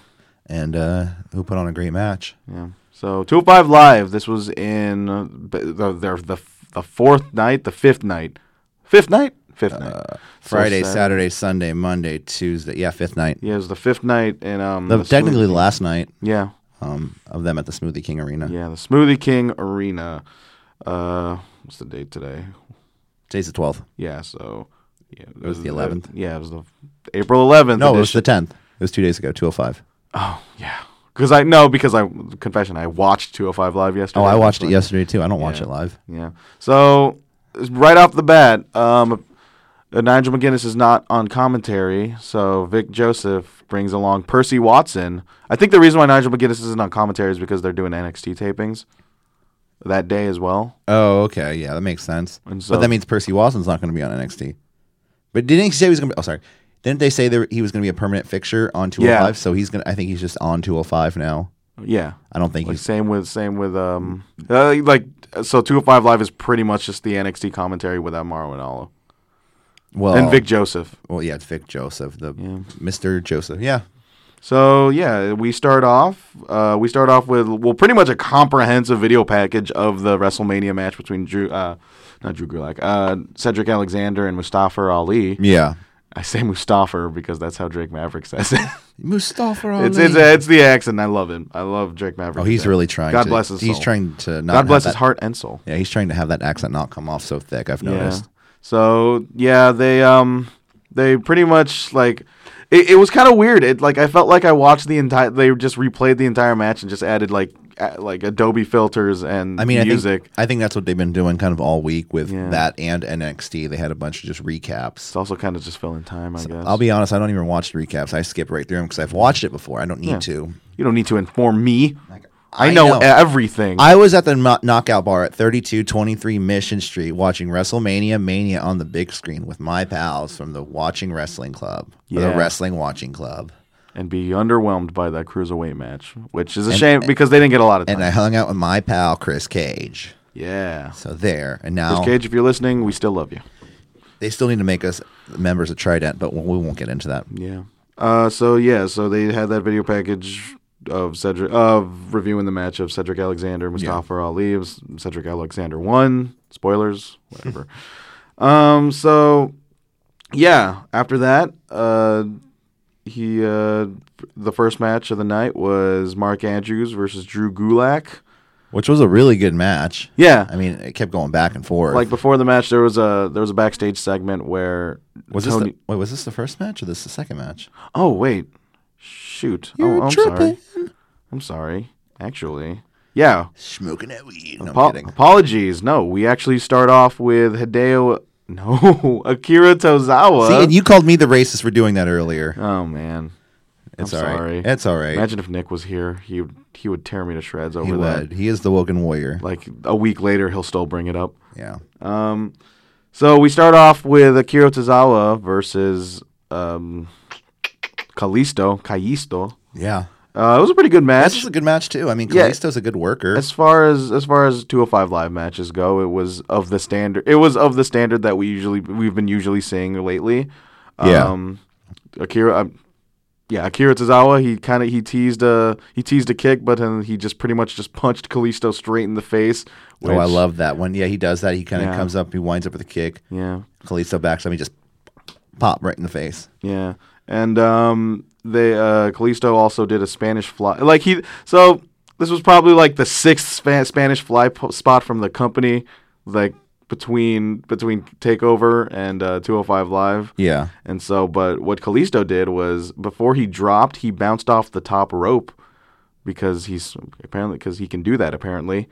B: and uh, who put on a great match.
C: yeah. So two five live. This was in uh, b- the their the f- the fourth night, the fifth night, fifth night, fifth night. So
B: Friday,
C: Sat-
B: Saturday, Sunday, Monday, Tuesday. Yeah, fifth night.
C: Yeah, it was the fifth night, and um,
B: The,
C: the
B: technically,
C: Smoothie-
B: the last night.
C: yeah,
B: um, of them at the Smoothie King Arena.
C: yeah, the Smoothie King Arena. Uh, what's the date today?
B: Today's the 12th.
C: Yeah, so yeah, it
B: was the 11th?
C: yeah, it was the April 11th.
B: No, it was the 10th. It was two oh days ago, 205.
C: yeah, because I no, because I confession, I watched 205 live yesterday.
B: Oh, I watched it
C: That's
B: yesterday too. I don't watch
C: Yeah.
B: it live.
C: why- Yeah, so right off the bat, um, uh, Nigel McGuinness is not on commentary, so Vic Joseph brings along Percy Watson. I think the reason why Nigel McGuinness isn't on commentary is because they're doing NXT tapings that day as well.
B: Oh, okay. Yeah, that makes sense.
C: And
B: but
C: so-
B: that means Percy Watson's not going to be on NXT. But didn't he say he was going to be? Oh, sorry. Didn't they say there, he was going to be a permanent fixture on 205?
C: Yeah.
B: So he's going to, I think he's just on 205 now.
C: Yeah,
B: I don't think
C: Like
B: he's.
C: same with same with um uh, like so 205 live is pretty much just the NXT commentary without Mauro Ronaldo
B: Well,
C: and Vic Joseph.
B: well, yeah, it's Vic Joseph, the Mr. Joseph. Yeah.
C: So yeah, we start off uh, we start off with well pretty much a comprehensive video package of the WrestleMania match between Drew uh, not Drew Gulak uh, Cedric Alexander and Mustafa Ali.
B: Yeah.
C: I say Mustafa because that's how Drake Maverick says it.
B: Mustafa Ali.
C: it's, it's it's the accent. I love him. I love Drake Maverick.
B: oh, he's
C: Yeah.
B: really trying.
C: God
B: to,
C: bless his
B: He's
C: soul.
B: trying to not.
C: God bless
B: have
C: his
B: that-
C: heart and soul.
B: Yeah, he's trying to have that accent not come off so thick. I've noticed.
C: So yeah, they um they pretty much like it, it was kind of weird. It like I felt like I watched the entire they just replayed the entire match and just added like a- like Adobe filters and
B: I mean, I
C: music.
B: think I think that's what they've been doing kind of all week with
C: Yeah.
B: that and NXT. They had a bunch of just recaps.
C: it's also kind of just filling time, I guess.
B: I'll be honest, I don't even watch the recaps. I skip right through them because I've watched it before. I don't need
C: Yeah.
B: to.
C: you don't need to inform me. I,
B: I
C: know,
B: know.
C: everything.
B: I was at the kno- knockout bar at 3223 Mission Street watching WrestleMania Mania on the big screen with my pals from the Watching Wrestling Club, or the
C: Yeah.
B: Wrestling Watching Club.
C: and be underwhelmed by that cruiserweight match, which is a shame because they didn't get a lot of time.
B: And I hung out with my pal, Chris Cage.
C: yeah.
B: So there. And now
C: Chris Cage, if you're listening, we still love you.
B: they still need to make us members of Trident, but we we won't get into that.
C: Yeah. Uh, so yeah, so they had that video package of Cedric of reviewing the match of Cedric Alexander, Mustafa Ali. It was- Cedric Alexander won. Spoilers, whatever. [LAUGHS] um. So yeah, after that, uh, he uh, the first match of the night was Mark Andrews versus Drew Gulak.
B: Which was a really good match.
C: Yeah.
B: I mean, it kept going back and forth.
C: Like before the match, there was a there was a backstage segment where
B: was this
C: Tony.
B: the, wait, was this the first match or this the second match?
C: oh wait, shoot!
B: You're
C: oh, I'm
B: tripping.
C: sorry. I'm sorry. Actually, yeah.
B: Smoking that weed. No, I'm
C: Apo-
B: kidding.
C: apologies. No, we actually start off with Hideo. [LAUGHS] No, Akira Tozawa.
B: See, and you called me the racist for doing that earlier.
C: oh man,
B: It's
C: I'm
B: all right.
C: sorry.
B: It's all right.
C: Imagine if Nick was here. He would he would tear me to shreds over
B: he
C: that.
B: would. He is the Woken Warrior.
C: Like a week later, he'll still bring it up.
B: Yeah.
C: So we start off with Akira Tozawa versus um, Kalisto. Kaisto.
B: Yeah.
C: Uh, it was a pretty good match.
B: This is a good match too. I mean,
C: Yeah.
B: Kalisto's a good worker.
C: as far as as far as 205 live matches go it was of the standard it was of the standard that we usually we've been usually seeing lately
B: Yeah.
C: um akira um, yeah akira tozawa he kind of he teased a he teased a kick but then he just pretty much just punched Kalisto straight in the face
B: oh, I
C: which-
B: love that one. Yeah, he does that. He kind of
C: Yeah.
B: comes up, he winds up with a kick.
C: yeah
B: Kalisto backs up, he just pop right in the face.
C: Yeah, and um, they uh, Kalisto also did a Spanish fly. Like he, so this was probably like the sixth spa- Spanish fly po- spot from the company, like between between Takeover and uh, 205 Live.
B: Yeah.
C: And so, but what Kalisto did was before he dropped, he bounced off the top rope because he's apparently because he can do that apparently.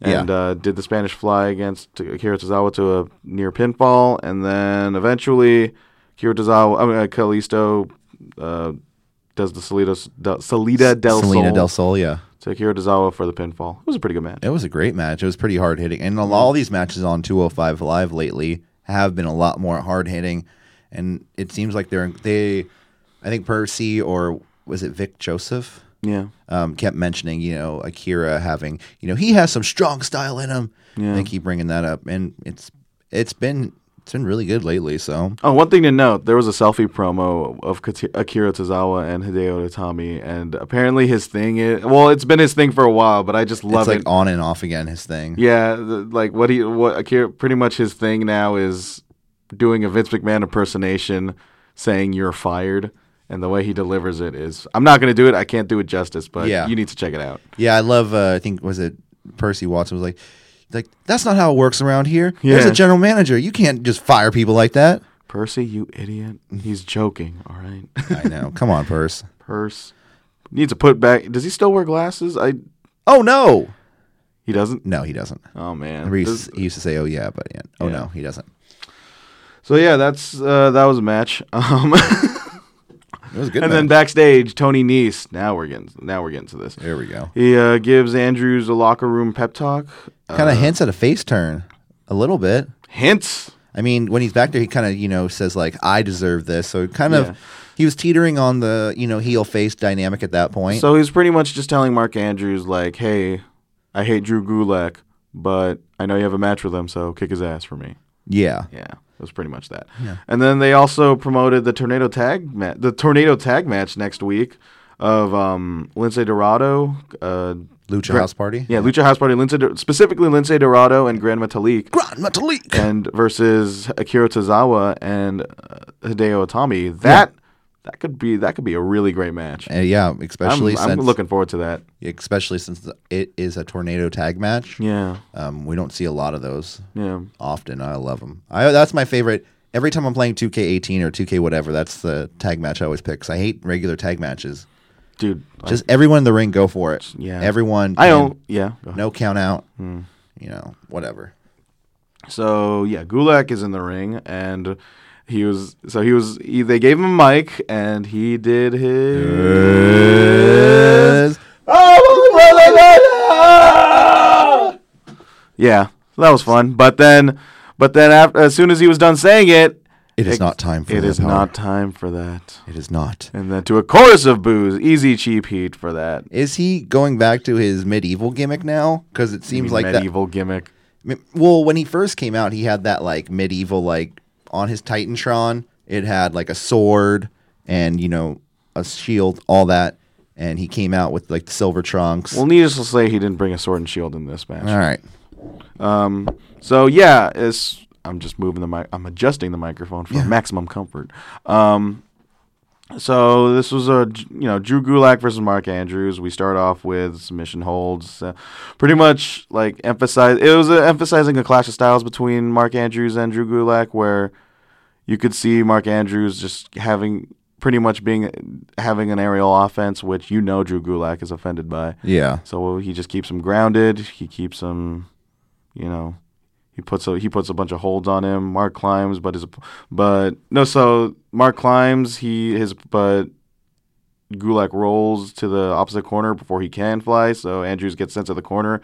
B: Yeah.
C: And uh, did the Spanish fly against Akira Tozawa to a near pinfall, and then eventually Akira Tozawa, I mean, uh, Kalisto uh, does the Salido, del, Salida del
B: Selena
C: Sol
B: Del Sol, yeah.
C: to Akira Tozawa for the pinfall. It was a pretty good match.
B: It was a great match. It was pretty hard hitting. And a
C: Mm-hmm.
B: lot, all these matches on 205 Live lately have been a lot more hard hitting. And it seems like they're, they, I think Percy or was it Vic Joseph?
C: Yeah.
B: um, kept mentioning, you know, Akira having, you know, he has some strong style in him.
C: Yeah.
B: They keep bringing that up, and it's it's been it's been really good lately. So
C: Oh, one thing to note: there was a selfie promo of Kati- Akira Tozawa and Hideo Itami, and apparently his thing is well, it's been his thing for a while, but I just love
B: it's like
C: it.
B: on and off again his thing.
C: yeah, th- like what he what Akira pretty much his thing now is doing a Vince McMahon impersonation, saying you're fired, and the way he delivers it is I'm not gonna do it. I can't do it justice, but
B: Yeah.
C: you need to check it out.
B: Yeah, I love. Uh, I think was it Percy Watson was like, like that's not how it works around here. There's
C: Yeah.
B: a general manager. You can't just fire people like that.
C: Percy, you idiot.
B: Mm-hmm.
C: He's joking. All right, [LAUGHS]
B: I know. Come on, Purse.
C: purse needs to put back. Does he still wear glasses? I
B: Oh no,
C: he doesn't.
B: no, he doesn't.
C: Oh man,
B: Remember He
C: This-
B: used, he used to say, "Oh yeah," but yeah. oh no, he doesn't.
C: So yeah, that's uh, that was a match. [LAUGHS] Um,
B: It was a good.
C: and then
B: match.
C: backstage, Tony Nese. Now we're getting now we're getting to this.
B: there we go.
C: He uh, gives Andrews a locker room pep talk. Uh,
B: Kind of hints at a face turn, a little bit.
C: hints.
B: I mean, when he's back there, he kind of you know says like, "I deserve this." So kind
C: Yeah.
B: of, he was teetering on the you know heel face dynamic at that point.
C: So he's pretty much just telling Mark Andrews like, "Hey, I hate Drew Gulak, but I know you have a match with him, so kick his ass for me."
B: yeah,
C: Yeah, it was pretty much that. And then they also promoted the tornado tag ma- the tornado tag match next week. of um, Lince Dorado. Uh,
B: Lucha
C: Gra-
B: House Party.
C: Yeah, Lucha House Party. Lince, Dor- specifically Lince Dorado and Grand Metalik.
B: Grand Metalik.
C: and versus Akira Tozawa and uh, Hideo Itami. That that could be that could be a really great match.
B: Uh, yeah, especially
C: I'm, I'm
B: since
C: looking forward to that.
B: especially since it is a tornado tag match.
C: Yeah,
B: Um, we don't see a lot of those
C: yeah.
B: often. I love them. I that's my favorite. Every time I'm playing 2K18 or 2K whatever, that's the tag match I always pick. 'cause I hate regular tag matches.
C: Dude,
B: Just everyone in the ring, go for it.
C: yeah.
B: everyone.
C: I, I
B: in,
C: don't. Hmm. Yeah. go ahead.
B: No count out. You know, whatever.
C: So yeah, Gulak is in the ring, and he was so he was. He, they gave him a mic, and he did his. Yeah, that was fun. But then, but then after, as soon as he was done saying it,
B: It is not time for
C: it
B: that
C: is
B: power.
C: not time for that.
B: It is not.
C: And then to a chorus of boos, easy cheap heat for that.
B: Is he going back to his medieval gimmick now? Because it seems like that.
C: medieval gimmick.
B: M- Well, when he first came out, he had that like medieval like on his Titantron. It had like a sword and you know a shield, all that, and he came out with like the silver trunks.
C: Well, needless to say, he didn't bring a sword and shield in this match.
B: all right,
C: So yeah, it's I'm just moving the mic. I'm adjusting the microphone for maximum comfort. Um, so this was a you know Drew Gulak versus Mark Andrews. We start off with submission holds, uh, pretty much like emphasize. It was uh, emphasizing a clash of styles between Mark Andrews and Drew Gulak, where you could see Mark Andrews just having pretty much being having an aerial offense, which you know Drew Gulak is offended by.
B: yeah,
C: So uh, he just keeps him grounded. He keeps him, you know, he puts a he puts a bunch of holds on him. Mark climbs, but his but no. So Mark climbs. He his but Gulak rolls to the opposite corner before he can fly. So Andrews gets sent to the corner,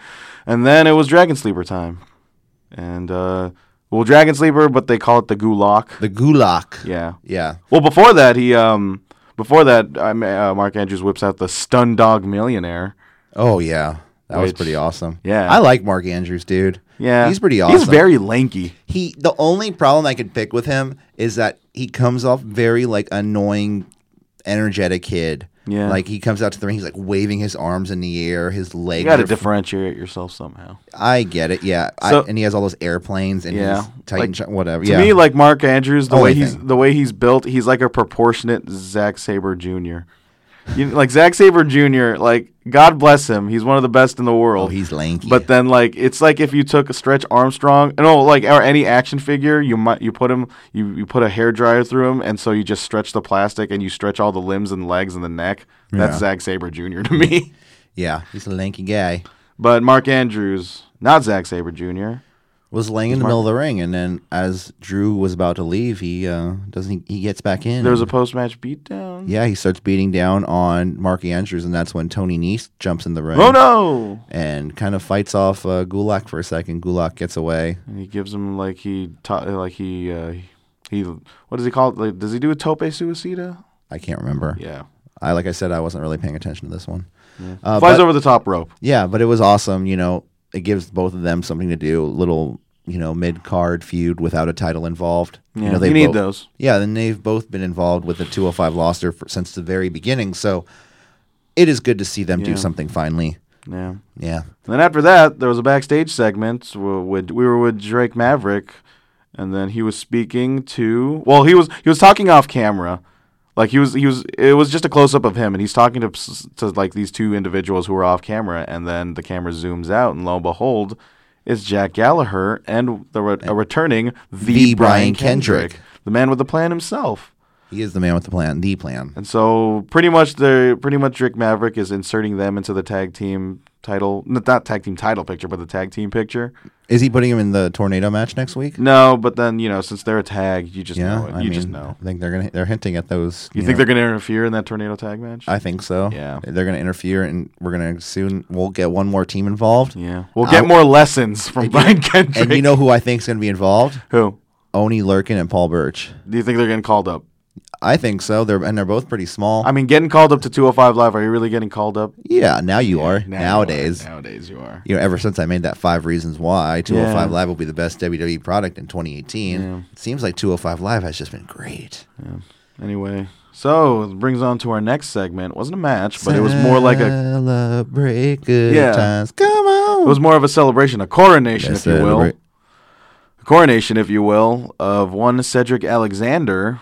C: and then it was Dragon Sleeper time, and uh, well Dragon Sleeper, but they call it the Gulak.
B: the Gulak.
C: Yeah.
B: yeah.
C: Well, before that he um before that I mean, uh, Mark Andrews whips out the Stun Dog Millionaire.
B: Oh yeah, that was
C: Which-
B: pretty awesome.
C: yeah.
B: I like Mark Andrews, dude.
C: Yeah,
B: he's pretty awesome.
C: He's very lanky.
B: He the only problem I could pick with him is that he comes off very like annoying, energetic kid.
C: Yeah.
B: like he comes out to the ring, he's like waving his arms in the air, his legs.
C: You got to
B: are-
C: differentiate yourself somehow.
B: I get it, yeah.
C: So-
B: I, and he has all those airplanes and
C: Yeah,
B: his Titan,
C: like,
B: tr- whatever.
C: To
B: yeah, Oh,
C: me, like Mark Andrews, the way
B: Only
C: he's
B: thing.
C: the way he's built, he's like a proportionate Zack Saber Jr. You, like Zack Saber Jr. Like God bless him, he's one of the best in the
B: oh,
C: world.
B: he's lanky.
C: but then like it's like if you took a Stretch Armstrong, no, like or any action figure, you might you put him you, you put a hair dryer through him, and so you just stretch the plastic and you stretch all the limbs and legs and the neck. That's Zack Saber Jr. to me. [LAUGHS]
B: yeah, he's a lanky guy.
C: but Mark Andrews, not Zack Saber Jr.
B: Was laying in the middle of the ring, and then as Drew was about to leave, he uh, doesn't. He, he gets back in.
C: There was
B: and-
C: a post match beatdown.
B: yeah, he starts beating down on Mark Andrews, and that's when Tony Nese jumps in the ring.
C: Oh no!
B: and kind of fights off uh, Gulak for a second. Gulak gets away.
C: And he gives him like he ta- like he uh, he what does he call it? Like, does he do a tope suicida?
B: I can't remember.
C: Yeah.
B: I like I said, I wasn't really paying attention to this one. Uh,
C: Flies
B: but-
C: over the top rope.
B: yeah, but it was awesome. You know, it gives both of them something to do. Little you know mid card feud without a title involved.
C: Yeah,
B: know,
C: you need
B: both-
C: those.
B: Yeah, and they've both been involved with the 205 roster for, since the very beginning. So it is good to see them
C: Yeah.
B: do something finally.
C: Yeah.
B: Yeah.
C: And then after that, there was a backstage segment. w- With, we were with Drake Maverick, and then he was speaking to. Well, he was he was talking off camera, like he was he was. It was just a close up of him, and he's talking to s- to like these two individuals who are off camera, and then the camera zooms out, and lo and behold, it's Jack Gallagher and the re- a returning the,
B: The
C: Brian
B: Brian Kendrick.
C: Kendrick, the man with the plan himself.
B: He is the man with the plan, the plan.
C: And so pretty much they're pretty much Drake Maverick is inserting them into the tag team title n- not tag team title picture, but the tag team picture.
B: Is he putting him in the tornado match next week?
C: No, but then, you know, since they're a tag, you just
B: Yeah,
C: know it.
B: I
C: you
B: mean,
C: just know.
B: I think they're gonna they're hinting at those.
C: You think they're gonna interfere in that tornado tag match?
B: I think so.
C: Yeah.
B: they're gonna interfere, and we're gonna soon we'll get one more team involved.
C: yeah. We'll get
B: I-
C: more lessons from Brian Kendrick.
B: And you know who I think is gonna be involved?
C: who?
B: Oni Lurkin and Paul Birch.
C: Do you think they're getting called up?
B: I think so. They're and they're both pretty small.
C: I mean, getting called up to 205 Live, are you really getting called up?
B: yeah, now you are
C: Now you are.
B: nowadays.
C: Nowadays you are.
B: You know, ever since I made that five reasons why 205
C: Yeah.
B: Live will be the best E oh WWE product in 2018, it seems like 205 Live has just been great.
C: Anyway, So it brings on to our next segment. wasn't a match, but it was more like a
B: Celebrate good
C: Yeah.
B: times. Come on.
C: it was more of a celebration, a coronation,
B: Yes,
C: if you will,
B: celebrate.
C: a coronation, if you will, of one Cedric Alexander.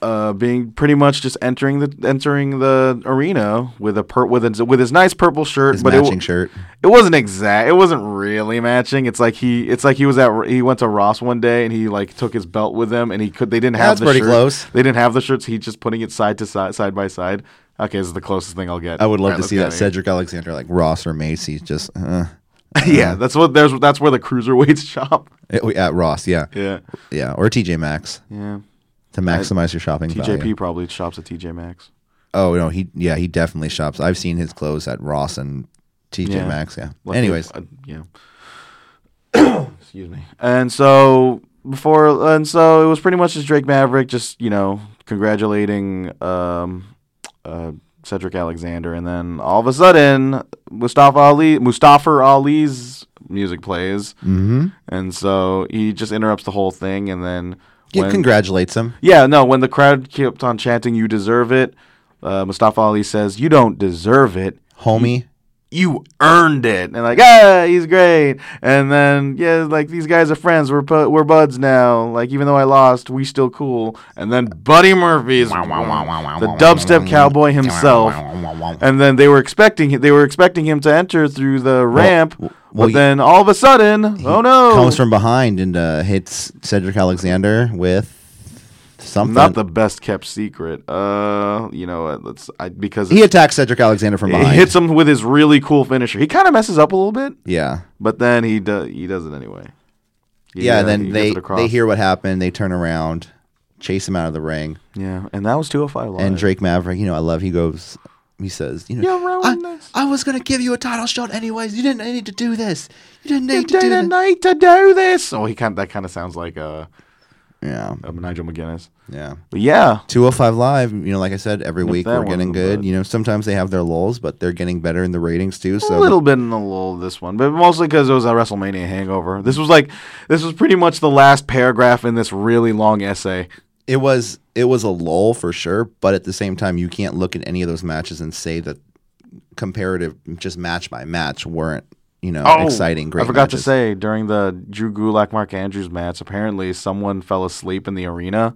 C: Uh, being pretty much just entering the entering the arena with a per- with a, with his nice purple shirt,
B: His
C: but it
B: matching
C: w-
B: shirt.
C: it wasn't exact. It wasn't really matching. It's like he. It's like he was at. He went to Ross one day and he like took his belt with him and he could. They didn't have
B: That's
C: the
B: pretty
C: shirt.
B: close.
C: They didn't have the shirts. He just putting it side to side, side by side. Okay, this is the closest thing I'll get.
B: I would love
C: Alright,
B: to
C: let's
B: see
C: get
B: that
C: out of
B: Cedric Alexander like Ross or Macy's just uh,
C: here. [LAUGHS] yeah, that's what. There's that's where the cruiserweights [LAUGHS] shop.
B: Eh, at Ross. Yeah.
C: Yeah,
B: Yeah. Or TJ Maxx
C: yeah.
B: to maximize your shopping
C: TJP
B: value.
C: probably shops at TJ Maxx.
B: Oh no, he yeah he definitely shops. I've seen his clothes at Ross and TJ
C: Yeah.
B: Maxx. Yeah.
C: Lucky-
B: Anyways,
C: uh, yeah. [COUGHS] Excuse me. And so before, and so it was pretty much just Drake Maverick, just you know, congratulating um, uh, Cedric Alexander, and then all of a sudden, Mustafa Ali, Mustafa Ali's music plays, mm-hmm. and so he just interrupts the whole thing, and then
B: he
C: when-
B: congratulates him.
C: yeah, no, when the crowd kept on chanting, "You deserve it," uh, Mustafa Ali says, "You don't deserve it."
B: Homie,
C: you earned it. And like, ah, he's great. And then, yeah, like these guys are friends. We're pu- we're buds now. Like even though I lost, we still cool. And then Buddy Murphy's the dubstep cowboy himself. And then they were expecting they were expecting him to enter through the ramp.
B: well,
C: but
B: he-
C: then all of a sudden, oh no.
B: comes from behind and uh, hits Cedric Alexander with something.
C: not the best kept secret. Uh, you know what? Let's I because
B: he attacks Cedric Alexander from
C: he
B: behind.
C: hits him with his really cool finisher. He kind of messes up a little bit.
B: yeah.
C: But then he does. He does it anyway. He,
B: Yeah,
C: uh,
B: and then
C: he gets
B: they
C: it across.
B: they hear what happened. They turn around, chase him out of the ring,
C: Yeah, and that was 205 live.
B: and Drake Maverick. You know, I love. He goes, he says, you know,
C: You're ruining
B: I,
C: this.
B: I was gonna give you a title shot anyways. You didn't need to do this. You didn't need to do
C: didn't
B: this.
C: need to do this. Oh, he kind that kind of sounds like uh,
B: Yeah,
C: um, Nigel McGuinness.
B: yeah.
C: But yeah,
B: 205 Live, you know, like I said, every week
C: that
B: we're getting
C: wasn't
B: good.
C: bad.
B: You know, sometimes they have their lulls, but they're getting better in the ratings too. So
C: a little bit in the lull of this one, but mostly because it was a WrestleMania hangover. This was like, this was pretty much the last paragraph in this really long essay.
B: it was it was a lull for sure, but at the same time, you can't look at any of those matches and say that comparative just match by match weren't you know exciting. Great.
C: Oh, I forgot to
B: matches.
C: say during the Drew Gulak Mark Andrews match, apparently someone fell asleep in the arena.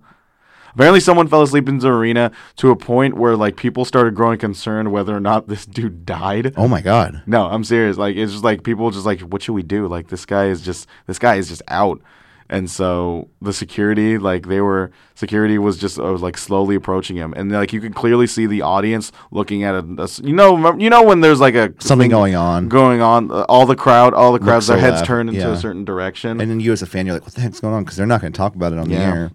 C: Apparently, someone fell asleep in the arena to a point where like people started growing concerned whether or not [LAUGHS] this dude died.
B: Oh my god.
C: No, I'm serious. Like it's just like people just like, what should we do? Like this guy is just this guy is just out. And so the security, like they were security was just uh, like slowly approaching him, and like you could clearly see the audience looking at a, a s- you know remem- you know when there's like a
B: Something going on.
C: going on, uh, all the crowd, all the crowds, their
B: so
C: heads
B: left,
C: turned into a
B: yeah.
C: certain direction,
B: And then you as a fan, you're like, what the heck's going on? Because they're not going to talk about it on
C: Yeah.
B: the air.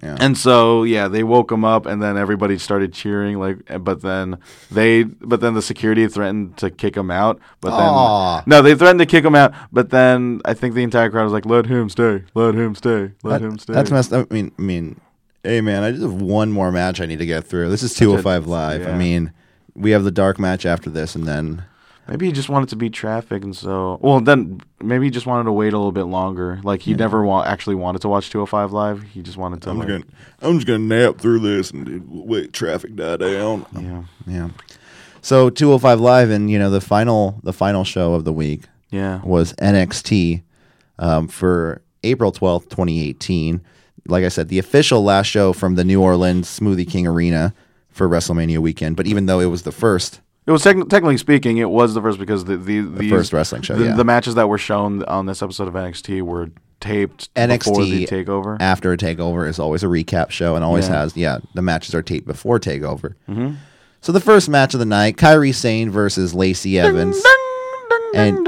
C: And so yeah, they woke him up, and then everybody started cheering. Like, eh, but then they, but then the security threatened to kick him out. But then
B: Aw.
C: no, they threatened to kick him out. But then I think the entire crowd was like, "Let him stay, let him stay, let him stay."
B: That's messed up. I mean, I mean, hey man, I just have one more match I need to get through. This is 205 Live.
C: yeah.
B: I mean, we have the dark match after this, and then
C: maybe he just wanted to beat traffic, and so well, then maybe he just wanted to wait a little bit longer. Like he never wa- actually wanted to watch 205 live. He just wanted to. like,
B: I'm just gonna nap through this and wait traffic die down.
C: yeah,
B: Yeah. So 205 Live and you know the final the final show of the week
C: yeah.
B: was NXT um, for April 12th, 2018. Like I said, the official last show from the New Orleans Smoothie King Arena for WrestleMania weekend. But even though it was the first,
C: It was techn technically speaking, it was the first because the the, these-
B: first wrestling show,
C: The,
B: yeah.
C: the matches that were shown on this episode of NXT were taped before the
B: NXT
C: takeover.
B: after a takeover is always a recap show and always
C: Yeah. Mm-hmm.
B: has yeah the matches are taped before takeover. So the first match of the night, Kyrie Sane versus Lacey Evans. and-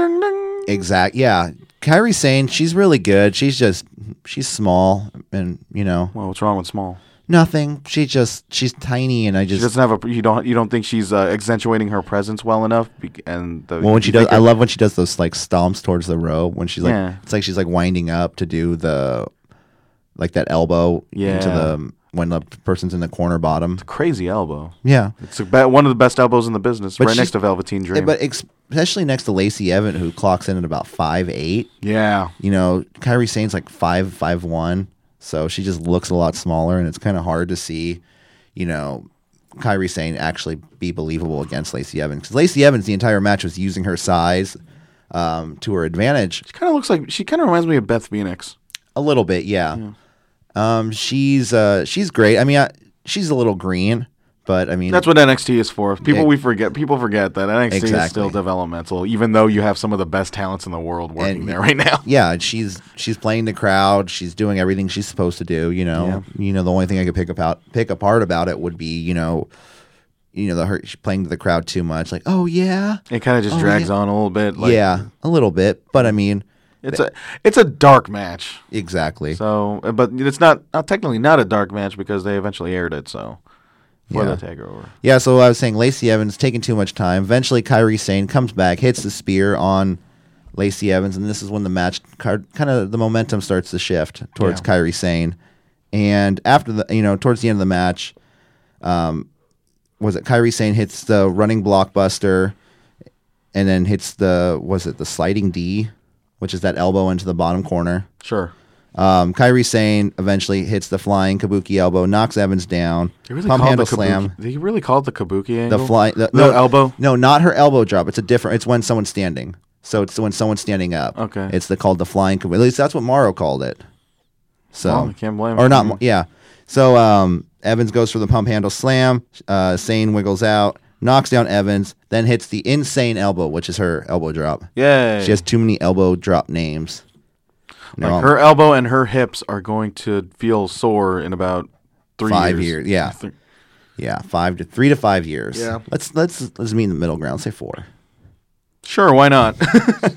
B: Exact. Yeah. Kyrie Sane, she's really good. She's just she's small and you know
C: well, what's wrong with small?
B: nothing. She just she's tiny and I
C: She
B: just
C: doesn't have a. You don't. You don't think she's uh, accentuating her presence well enough? Be- and the,
B: well when
C: you
B: she does
C: think
B: I
C: it-
B: love when she does those like stomps towards the row when she's like
C: Yeah.
B: it's like she's like winding up to do the like that elbow into
C: Yeah.
B: the when the person's in the corner bottom.
C: crazy elbow.
B: Yeah.
C: It's a, be- one of the best elbows in the business, right
B: she's-
C: next to Velveteen Dream.
B: But ex- especially next to Lacey Evan who clocks in at about five eight.
C: yeah,
B: You know, Kyrie Sane's like five five one, so she just looks a lot smaller, and it's kind of hard to see. you know, Kyrie Sane actually be believable against Lacey Evans. Because Lacey Evans, the entire match was using her size um, to her advantage
C: She kind of looks like she kind of reminds me of Beth Phoenix.
B: a little bit, yeah. Um, she's uh, she's great. I mean, I, she's a little green, but I mean,
C: That's what NXT is for. People
B: Ex-
C: we forget. People forget that NXT is
B: Exactly.
C: still developmental, even though you have some of the best talents in the world working
B: And-
C: there [LAUGHS] right now.
B: yeah, and she's she's playing the crowd. She's doing everything she's supposed to do. You know, you know. The only thing I could pick about pick apart about it would be you know, you know the her she's playing to the crowd too much. Like, oh yeah,
C: It kind of just
B: Oh,
C: drags
B: yeah.
C: on a little bit. Like,
B: yeah, a little bit. But I mean,
C: it's a it's a dark match.
B: exactly.
C: So, uh, but it's not uh, technically not a dark match because they eventually aired it. So, for
B: Yeah.
C: the takeover,
B: Yeah, so I was saying Lacey Evans taking too much time. Eventually, Kyrie Sane comes back, hits the spear on Lacey Evans, and this is when the match kind of the momentum starts to shift towards
C: Yeah.
B: Kyrie Sane. And after the you know towards the end of the match, um, was it Kyrie Sane hits the running blockbuster, and then hits the was it the sliding D, which is that elbow into the bottom corner.
C: sure.
B: Um, Kyrie Sane eventually hits the flying Kabuki elbow, knocks Evans down,
C: They really
B: pump
C: called
B: handle
C: the kabuki,
B: slam.
C: They really called the kabuki angle.
B: The fly, the,
C: The elbow?
B: No, not her elbow drop. It's a different. It's when someone's standing. So it's when someone's standing up.
C: Okay.
B: It's the called the flying. At least that's what Morrow called it. So
C: Well, I can't blame
B: Or
C: him.
B: not? Mo- Yeah. So um, Evans goes for the pump handle slam. Uh, Sane wiggles out, knocks down Evans, then hits the insane elbow, which is her elbow drop.
C: Yay.
B: She has too many elbow drop names. No,
C: Like her elbow and her hips are going to feel sore in about three
B: five years.
C: years.
B: Yeah,
C: Th-
B: yeah, five to three to five years.
C: Yeah.
B: Let's let's let's meet in the middle ground. Say four.
C: Sure, why not?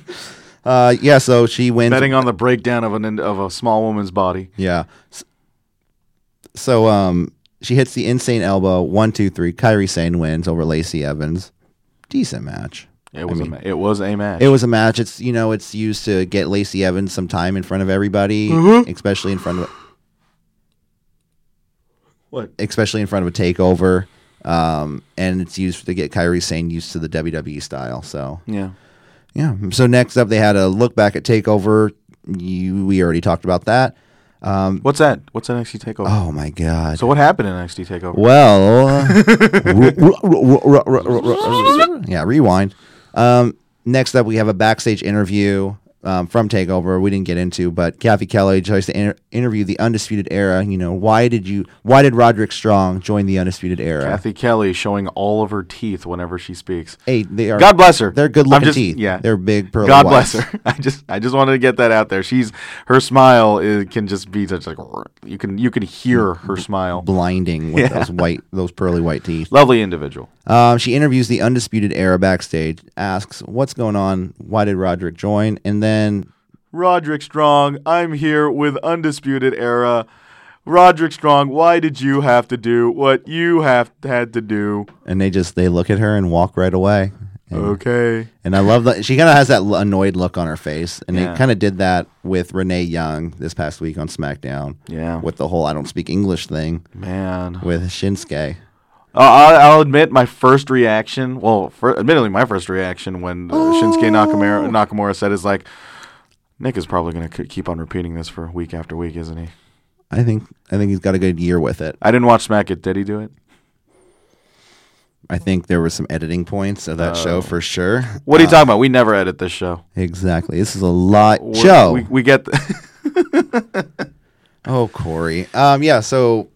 C: [LAUGHS]
B: Uh, yeah. So she wins.
C: Betting on the breakdown of an ind- of a small woman's body.
B: Yeah. S- So um, she hits the insane elbow. One, two, three. Kyrie Sane wins over Lacey Evans. Decent match.
C: It was a ma- it was a match.
B: It was a match. It's you know it's used to get Lacey Evans some time in front of everybody, especially in front of
C: what?
B: especially in front of a takeover. Um, and it's used to get Kyrie Sane used to the WWE style. So
C: Yeah.
B: Yeah. So next up, they had a look back at Takeover. You, we already talked about that.
C: What's that? What's NXT Takeover?
B: Oh my God.
C: So what happened in NXT Takeover?
B: Well,
C: [LAUGHS]
B: yeah, rewind. Um, next up, we have a backstage interview um, from Takeover. We didn't get into, but Kathy Kelly tries to inter- interview the Undisputed Era. You know, why did you? Why did Roderick Strong join the Undisputed Era?
C: Kathy Kelly showing all of her teeth whenever she speaks.
B: Hey, they are.
C: God bless her.
B: They're good
C: I'm
B: looking
C: just-
B: teeth.
C: Yeah.
B: they're big. Pearly
C: God
B: whites.
C: bless her. [LAUGHS] I just I just wanted to get that out there. She's her smile is, can just be such like you can you can hear her smile.
B: Blinding with those white, those pearly white teeth.
C: Lovely individual.
B: Um, she interviews the Undisputed Era backstage, asks, What's going on? Why did Roderick join? And then,
C: Roderick Strong, I'm here with Undisputed Era. Roderick Strong, why did you have to do what you have had to do?
B: and they just, they look at her and walk right away. And,
C: Okay.
B: and I love that. She kind of has that l- annoyed look on her face. And
C: Yeah.
B: they kind of did that with Renee Young this past week on SmackDown.
C: Yeah.
B: With the whole I don't speak English thing
C: Man.
B: with Shinsuke.
C: Uh, I'll, I'll admit my first reaction. Well, fir- admittedly, my first reaction when uh, Shinsuke Nakamura, Nakamura said is like, Nick is probably going to keep on repeating this for week after week, isn't he?
B: I think, I think he's got a good year with it.
C: I didn't watch Smack It. Did he do it?
B: I think there were some editing points of that
C: Oh.
B: show for sure.
C: What are you talking about? We never edit this show.
B: Exactly. This is a lot.
C: We're-
B: show.
C: We, we get. The- [LAUGHS]
B: Oh, Corey. Um, yeah. So,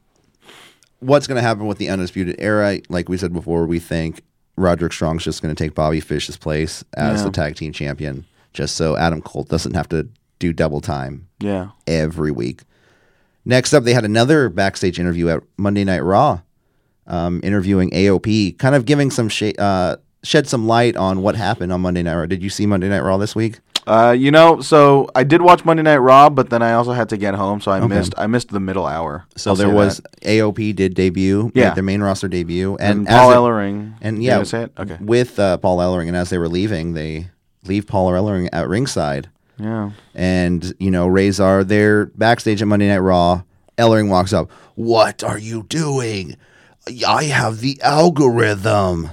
B: what's going to happen with the undisputed era? Like we said before, we think Roderick Strong's just going to take Bobby Fish's place as the tag team champion, just so Adam Cole doesn't have to do double time
C: yeah.
B: every week. Next up, they had another backstage interview at Monday Night Raw, um, interviewing AOP, kind of giving some sh- uh, shed some light on what happened on Monday Night Raw. Did you see Monday Night Raw this week?
C: Uh, you know, so I did watch Monday Night Raw, but then I also had to get home, so I missed I missed the middle hour.
B: So
C: I'll
B: there
C: say
B: was
C: that.
B: AOP did debut, made
C: Yeah.
B: their main roster debut, and,
C: and,
B: as
C: Paul
B: it-
C: Ellering
B: And
C: You
B: yeah,
C: gonna say it? okay,
B: with uh, Paul Ellering, and as they were leaving, they leave Paul Ellering at ringside,
C: yeah,
B: and you know Razor they're backstage at Monday Night Raw. Ellering walks up. What are you doing? I have the algorithm.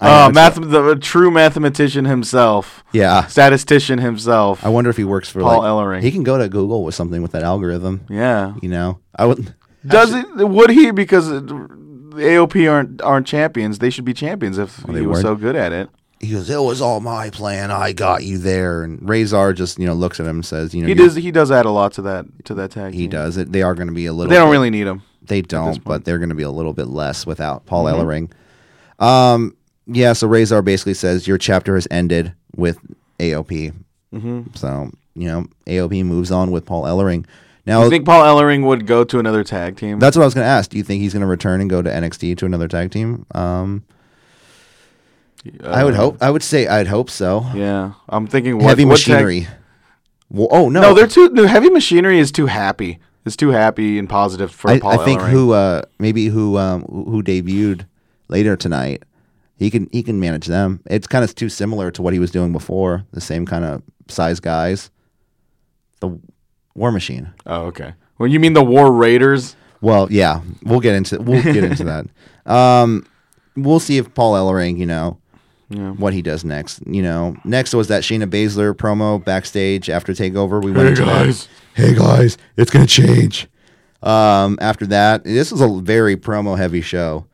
C: uh, math the true mathematician himself,
B: Yeah,
C: statistician himself.
B: I wonder if he works for
C: Paul
B: like,
C: Ellering.
B: He can go to Google with something with that algorithm.
C: yeah,
B: You know, I would.
C: Does it? Would he? Because it- the AOP aren't aren't champions. They should be champions if
B: they
C: he was
B: weren't.
C: so good at it.
B: He goes, "It was all my plan. I got you there." And Razor just you know looks at him and says, "You know,
C: He
B: you-
C: does. He does add a lot to that to that tag.
B: He
C: team.
B: does it. They are going to be a little.
C: They don't really need him.
B: They don't, but they're going to be a little bit less without Paul
C: Mm-hmm.
B: Ellering. Um, yeah, so Razor basically says your chapter has ended with AOP. Mm-hmm. So you know AOP moves on with Paul Ellering. Now
C: I think Paul Ellering would go to another tag team.
B: that's what I was going to ask. Do you think he's going to return and go to NXT to another tag team? Um, I
C: uh,
B: would hope. I would say I'd hope so.
C: Yeah, I'm thinking what,
B: Heavy
C: what tag-
B: machinery. Well, oh no,
C: no, they're too. The heavy machinery is too happy. It's too happy and positive for
B: I,
C: Paul
B: I think
C: Ellering.
B: who uh, maybe who um, who who debuted later tonight. He can he can manage them. It's kind of too similar to what he was doing before. The same kind of size guys. The War Machine.
C: Oh, okay. Well, you mean the War Raiders?
B: Well, yeah, we'll get into we'll get into
C: [LAUGHS]
B: that. Um, we'll see if Paul Ellering, you know, what he does next. You know, next was that Sheena Baszler promo backstage after Takeover. We went into that. hey guys, it's gonna change. Um, after that, this was a very promo heavy show.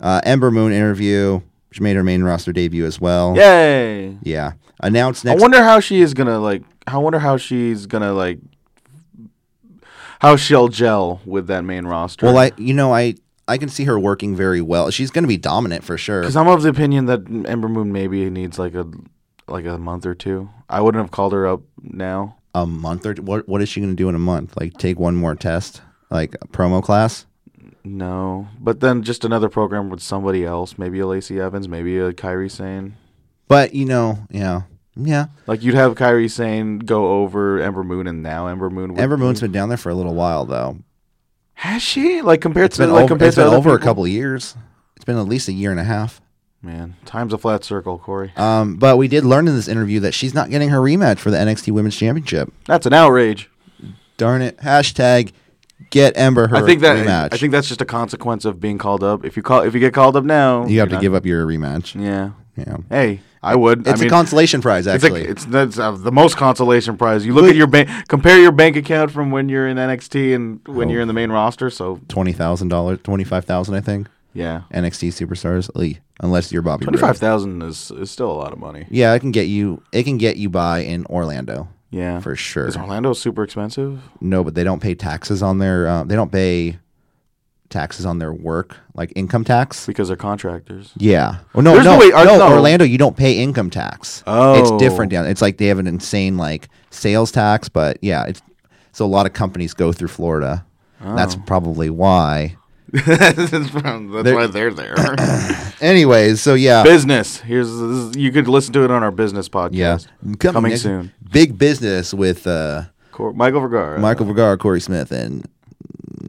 B: Uh, Ember Moon interview, which made her main roster debut as well.
C: Yay!
B: yeah. Announced
C: I
B: next.
C: wonder how she is gonna like. I wonder how she's gonna like. How she'll gel with that main roster.
B: well, I you know I I can see her working very well. She's gonna be dominant for sure.
C: because I'm of the opinion that Ember Moon maybe needs like a like a month or two. I wouldn't have called her up now.
B: A month or what? What is she gonna do in a month? Like take one more test, like a promo class.
C: No, but then just another program with somebody else. Maybe a Lacey Evans. Maybe a Kyrie Sane.
B: But you know, yeah, yeah.
C: Like you'd have Kyrie Sane go over Ember Moon, and now Ember Moon. Would,
B: Ember Moon's been down there for a little while though.
C: has she like compared
B: It's
C: to
B: been
C: like
B: over,
C: compared
B: it's
C: to
B: been
C: other
B: over a
C: people?
B: couple of years. It's been at least a year and a half.
C: Man, time's a flat circle, Corey.
B: Um, but we did learn in this interview that she's not getting her rematch for the NXT Women's Championship.
C: That's an outrage.
B: Darn it! Hashtag get Ember her
C: I think that
B: rematch.
C: I think that's just a consequence of being called up. If you call, if you get called up now,
B: you have to
C: you're
B: give up your rematch.
C: not- Yeah.
B: Yeah,
C: Hey, I would.
B: it's
C: I
B: a
C: mean,
B: consolation prize
C: It's, a,
B: actually.
C: it's, that's, uh, the most consolation prize. You look at your bank, compare your bank account from when you're in NXT and
B: Oh.
C: when you're in the main roster. So
B: twenty thousand dollars, twenty five thousand, I think.
C: yeah,
B: NXT superstars, Lee, unless you're Bobby.
C: twenty
B: Roode.
C: five thousand is is still a lot of money.
B: Yeah, it can get you. It can get you by in Orlando.
C: Yeah,
B: for sure.
C: Is Orlando super expensive?
B: No, but they don't pay taxes on their. Uh, they don't pay taxes on their work, like income tax.
C: Because they're contractors.
B: Yeah. Oh no,
C: There's
B: no,
C: no way-
B: no,
C: are- no.
B: Orlando, you don't pay income tax.
C: Oh.
B: it's different down. It's like they have an insane like sales tax, but yeah, it's so a lot of companies go through Florida. That's
C: Oh.
B: probably why.
C: [LAUGHS] that's why they're there.
B: Anyways, so yeah,
C: [COUGHS] business. Here's this is- you could listen to it on our business podcast.
B: yeah,
C: coming
B: next-
C: soon.
B: Big business with uh,
C: Cor- Michael Vergara,
B: Michael Vergara, Corey Smith, and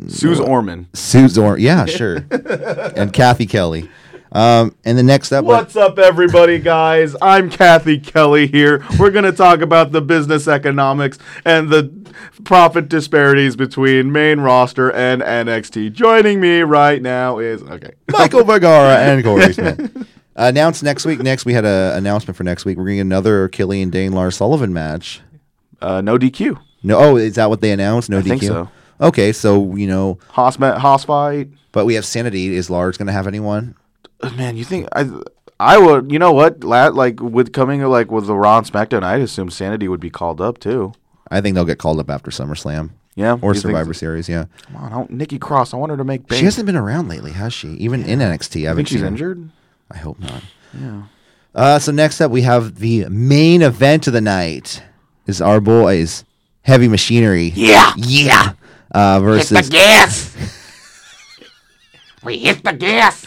C: Suze Orman.
B: Sue Zorn. Yeah,
C: [LAUGHS]
B: sure, and Kathy Kelly. Um, and the next up,
C: What's up, everybody, guys? I'm Kathy Kelly here. We're going to talk about the business economics and the profit disparities between main roster and NXT. Joining me right now is okay. [LAUGHS]
B: Michael Vergara and Corey Smith. Announced next week. Next, we had an announcement for next week. We're getting another Killian Dane Lars Sullivan match.
C: Uh, no DQ,
B: No, oh, is that what they announced? No DQ.
C: think so.
B: Okay, so you know,
C: Hoss, ma- Hoss fight.
B: but we have Sanity. Is Lars going to have anyone?
C: Uh, Man, you think I? I would. You know what? La- like with coming like with the Raw and SmackDown, I'd assume Sanity would be called up too.
B: I think they'll get called up after SummerSlam.
C: Yeah,
B: Or
C: you think
B: Survivor
C: so?
B: Series, yeah.
C: Come on, I don't, Nikki Cross. I want her to make. Bank.
B: She hasn't been around lately, has she? Even in NXT, I
C: I
B: haven't
C: think she's
B: seen her.
C: injured.
B: I hope not. Yeah. Uh, so next up, we have the main event of the night is our boys, Heavy Machinery.
D: Yeah.
B: Yeah. Uh,
D: Hit
B: versus
D: the gas. we hit the gas.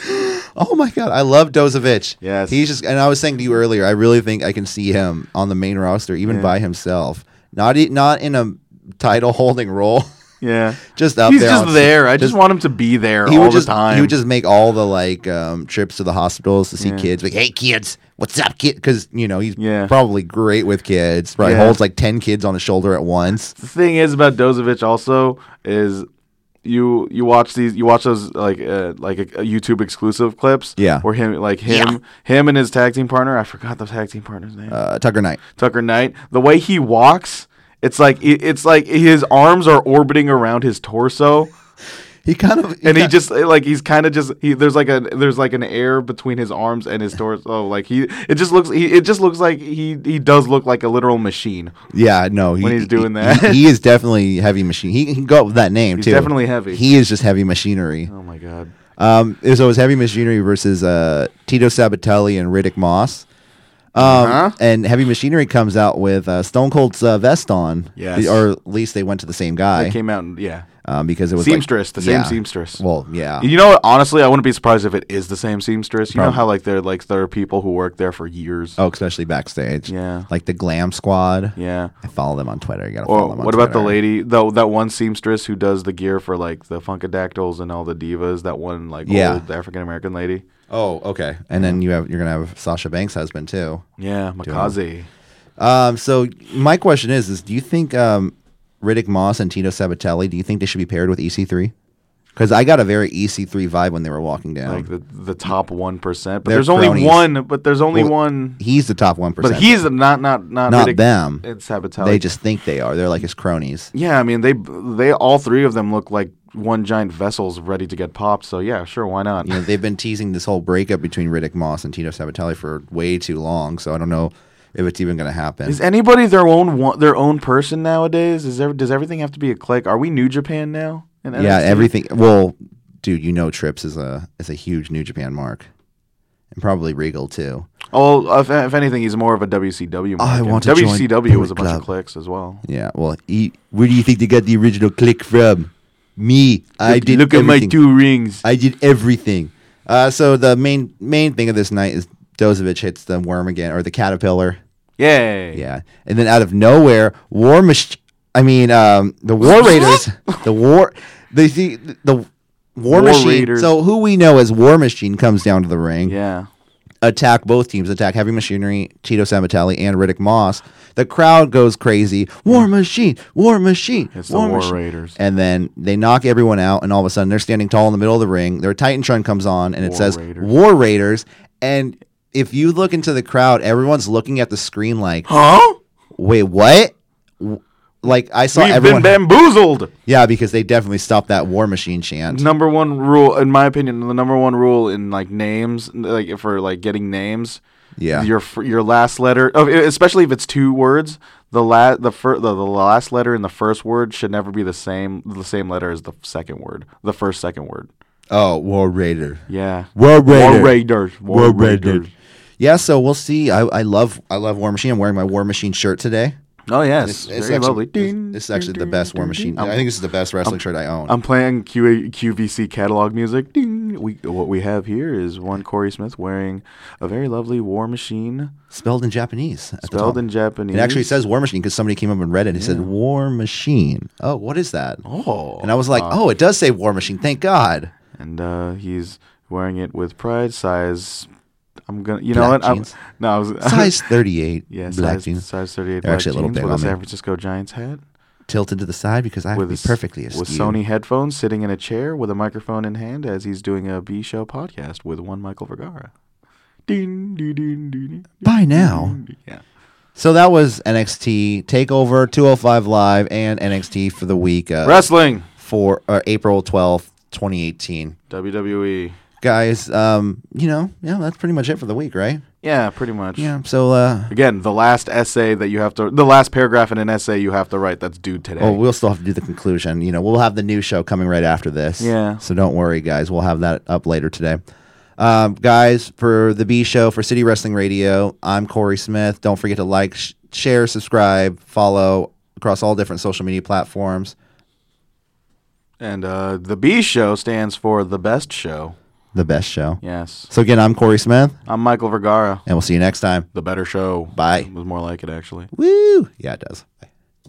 B: oh my god, I love Dozovich.
C: Yes.
B: he's just and I was saying to you earlier, I really think I can see him on the main roster, even by himself, not e- not in a title holding role, [LAUGHS]
C: Yeah,
B: just up
C: he's
B: there.
C: just
B: on-
C: there. I just, want him to be there
B: He
C: all
B: would
C: the
B: just
C: time.
B: he would just make all the like um, trips to the hospitals to see kids. Like, hey kids, what's up, kid? Because you know he's
C: Yeah.
B: probably great with kids. Right,
C: Yeah.
B: holds like ten kids on his shoulder at once.
C: the thing is about Dozovich also is you you watch these you watch those like uh, like uh YouTube exclusive clips.
B: Yeah.
C: where him like him him and his tag team partner. I forgot the tag team partner's name.
B: Uh, Tucker Knight.
C: Tucker Knight. The way he walks, it's like it, it's like his arms are orbiting around his torso.
B: He kind of
C: and he
B: ki-
C: just eh, like he's kind of just he there's like a there's like an air between his arms and [LAUGHS] his torso like he it just looks he it just looks like he he does look like a literal machine
B: yeah no he,
C: when he's doing
B: he-
C: that.
B: he, he is definitely heavy machine. He, he can go up with that name
C: He's
B: too.
C: definitely heavy.
B: He is just heavy machinery.
C: oh my god
B: Um, it was always heavy machinery versus uh, Tito Sabatelli and Riddick Moss. Um,
C: Uh-huh.
B: And heavy machinery comes out with uh, Stone Cold's uh, vest on.
C: Yes.
B: or at least they went to the same guy
C: it came out and yeah
B: um, because it was like-
C: seamstress the same
B: yeah.
C: seamstress
B: Well, yeah.
C: You know, what? honestly, I wouldn't be surprised if it is the same seamstress. You know
B: Probably.
C: how like they're like there are people who work there for years.
B: Oh, especially backstage.
C: Yeah.
B: Like the Glam Squad.
C: Yeah.
B: I follow them on Twitter. You gotta follow
C: Or
B: them on
C: what about the
B: Twitter.
C: lady though? That one seamstress who does the gear for like the Funkadactyls and all the divas. That one like
B: Yeah.
C: old African American lady.
B: Oh, okay. And then you have you're gonna have Sasha Banks' husband too.
C: Yeah, Makaze.
B: Um, so my question is: Is do you think um, Riddick Moss and Tito Sabatelli? Do you think they should be paired with E EC3? Because I got a very EC3 vibe when they were walking down.
C: Like the the top one percent, but
B: Um, They're
C: there's only
B: cronies.
C: one. But there's only
B: Well,
C: one.
B: he's the top one percent.
C: But he's not not not
B: Not
C: Riddick
B: them.
C: And Sabatelli.
B: they just think they are. They're like his cronies.
C: yeah. I mean they they all three of them look like one giant vessels ready to get popped. So yeah, sure, why not?
B: You know, they've been teasing this whole breakup between Riddick Moss and Tito Sabatelli for way too long. So I don't know if it's even going to happen.
C: Is anybody their own one, their own person nowadays? Is there, does everything have to be a clique? Are we New Japan now? in
B: yeah,
C: NXT?
B: everything. Well, dude, you know Trips is a is a huge New Japan mark, and probably Regal too.
C: Oh, if, if anything, he's more of a WCW.
B: I
C: market.
B: want to join
C: WCW was a
B: Bullet
C: bunch of
B: Club.
C: cliques as well.
B: Yeah. Well, he, where do you think they got the original click from? Me. I
C: Look-
B: did.
C: look at my
B: everything.
C: two rings.
B: I did everything. Uh, so the main main thing of this night is Dozovich hits the worm again or the caterpillar.
C: Yay!
B: Yeah. And then out of nowhere, War Mach- I mean, um, the War Raiders. the War. The the, the War, Machine.
C: Raiders.
B: So who we know as War Machine comes down to the ring
C: yeah.
B: attack both teams attack heavy machinery tito sabatelli and riddick moss the crowd goes crazy war machine war machine
C: It's the War
B: Machine.
C: Raiders.
B: and then they knock everyone out and all of a sudden they're standing tall in the middle of the ring their titantron comes on and it
C: War
B: says
C: Raiders.
B: war raiders and if you look into the crowd everyone's looking at the screen like
C: Huh?
B: wait what W- like i saw
C: We've
B: everyone
C: been bamboozled.
B: yeah because they definitely stopped that war machine chant
C: Number one rule, in my opinion, the number one rule in like names, like for like getting names.
B: Yeah.
C: Your fir- your last letter, of- especially if it's two words, the la- the, fir- the the last letter in the first word should never be the same the same letter as the second word, the first second word.
B: oh war raider
C: Yeah.
B: war
C: War
B: raider
C: Raiders. War Raiders.
B: Yeah, so we'll see. I, I love I love War Machine. I'm wearing my War Machine shirt today.
C: Oh yes,
B: It's
C: very
B: actually,
C: lovely.
B: it's, it's actually the best War Machine. I think this is the best wrestling shirt I own.
C: I'm playing Q- QVC catalog music. Ding. We what we have here is one Corey Smith wearing a very lovely War Machine
B: spelled in Japanese. At
C: spelled
B: the top.
C: in Japanese.
B: It actually says War Machine because somebody came up and read it. and It said War Machine. Oh, what is that?
C: Oh.
B: And I was like, oh, it does say War Machine. Thank
C: [LAUGHS]
B: God.
C: and uh, he's wearing it with pride size. I'm gonna, you know
B: Black
C: what? I'm,
B: jeans.
C: no, I was [LAUGHS]
B: Size 38.
C: yeah,
B: black
C: size,
B: jeans.
C: size 38.
B: They're
C: black
B: actually a little
C: jeans
B: big
C: with
B: on
C: a
B: me.
C: San Francisco Giants hat
B: Tilted to the side because I have to be
C: his-
B: perfectly askew.
C: with Sony headphones, sitting in a chair with a microphone in hand as he's doing a B show podcast with one Michael Vergara. Ding, ding, ding, ding, ding,
B: By now.
C: ding. yeah.
B: So that was NXT Takeover 205 Live and NXT for the week. Uh,
C: Wrestling,
B: for uh, April 12th, 2018. E.
C: WWE.
B: Guys, um, you know, yeah, that's pretty much it for the week, right?
C: Yeah, pretty much.
B: Yeah. So, uh,
C: Again, the last essay that you have to, the last paragraph in an essay you have to write that's due today.
B: well, we'll still have to do the conclusion. You know, we'll have the new show coming right after this.
C: Yeah.
B: So don't worry, guys. We'll have that up later today. Um, guys, for the B show for City Wrestling Radio, I'm Corey Smith. Don't forget to like, sh- share, subscribe, follow across all different social media platforms.
C: And uh, the B show stands for the best show.
B: The best show.
C: Yes.
B: So again, I'm Corey Smith,
C: I'm Michael Vergara.
B: and we'll see you next time.
C: The better show.
B: Bye.
C: It was more like it, actually.
B: Woo! Yeah, it does. Bye.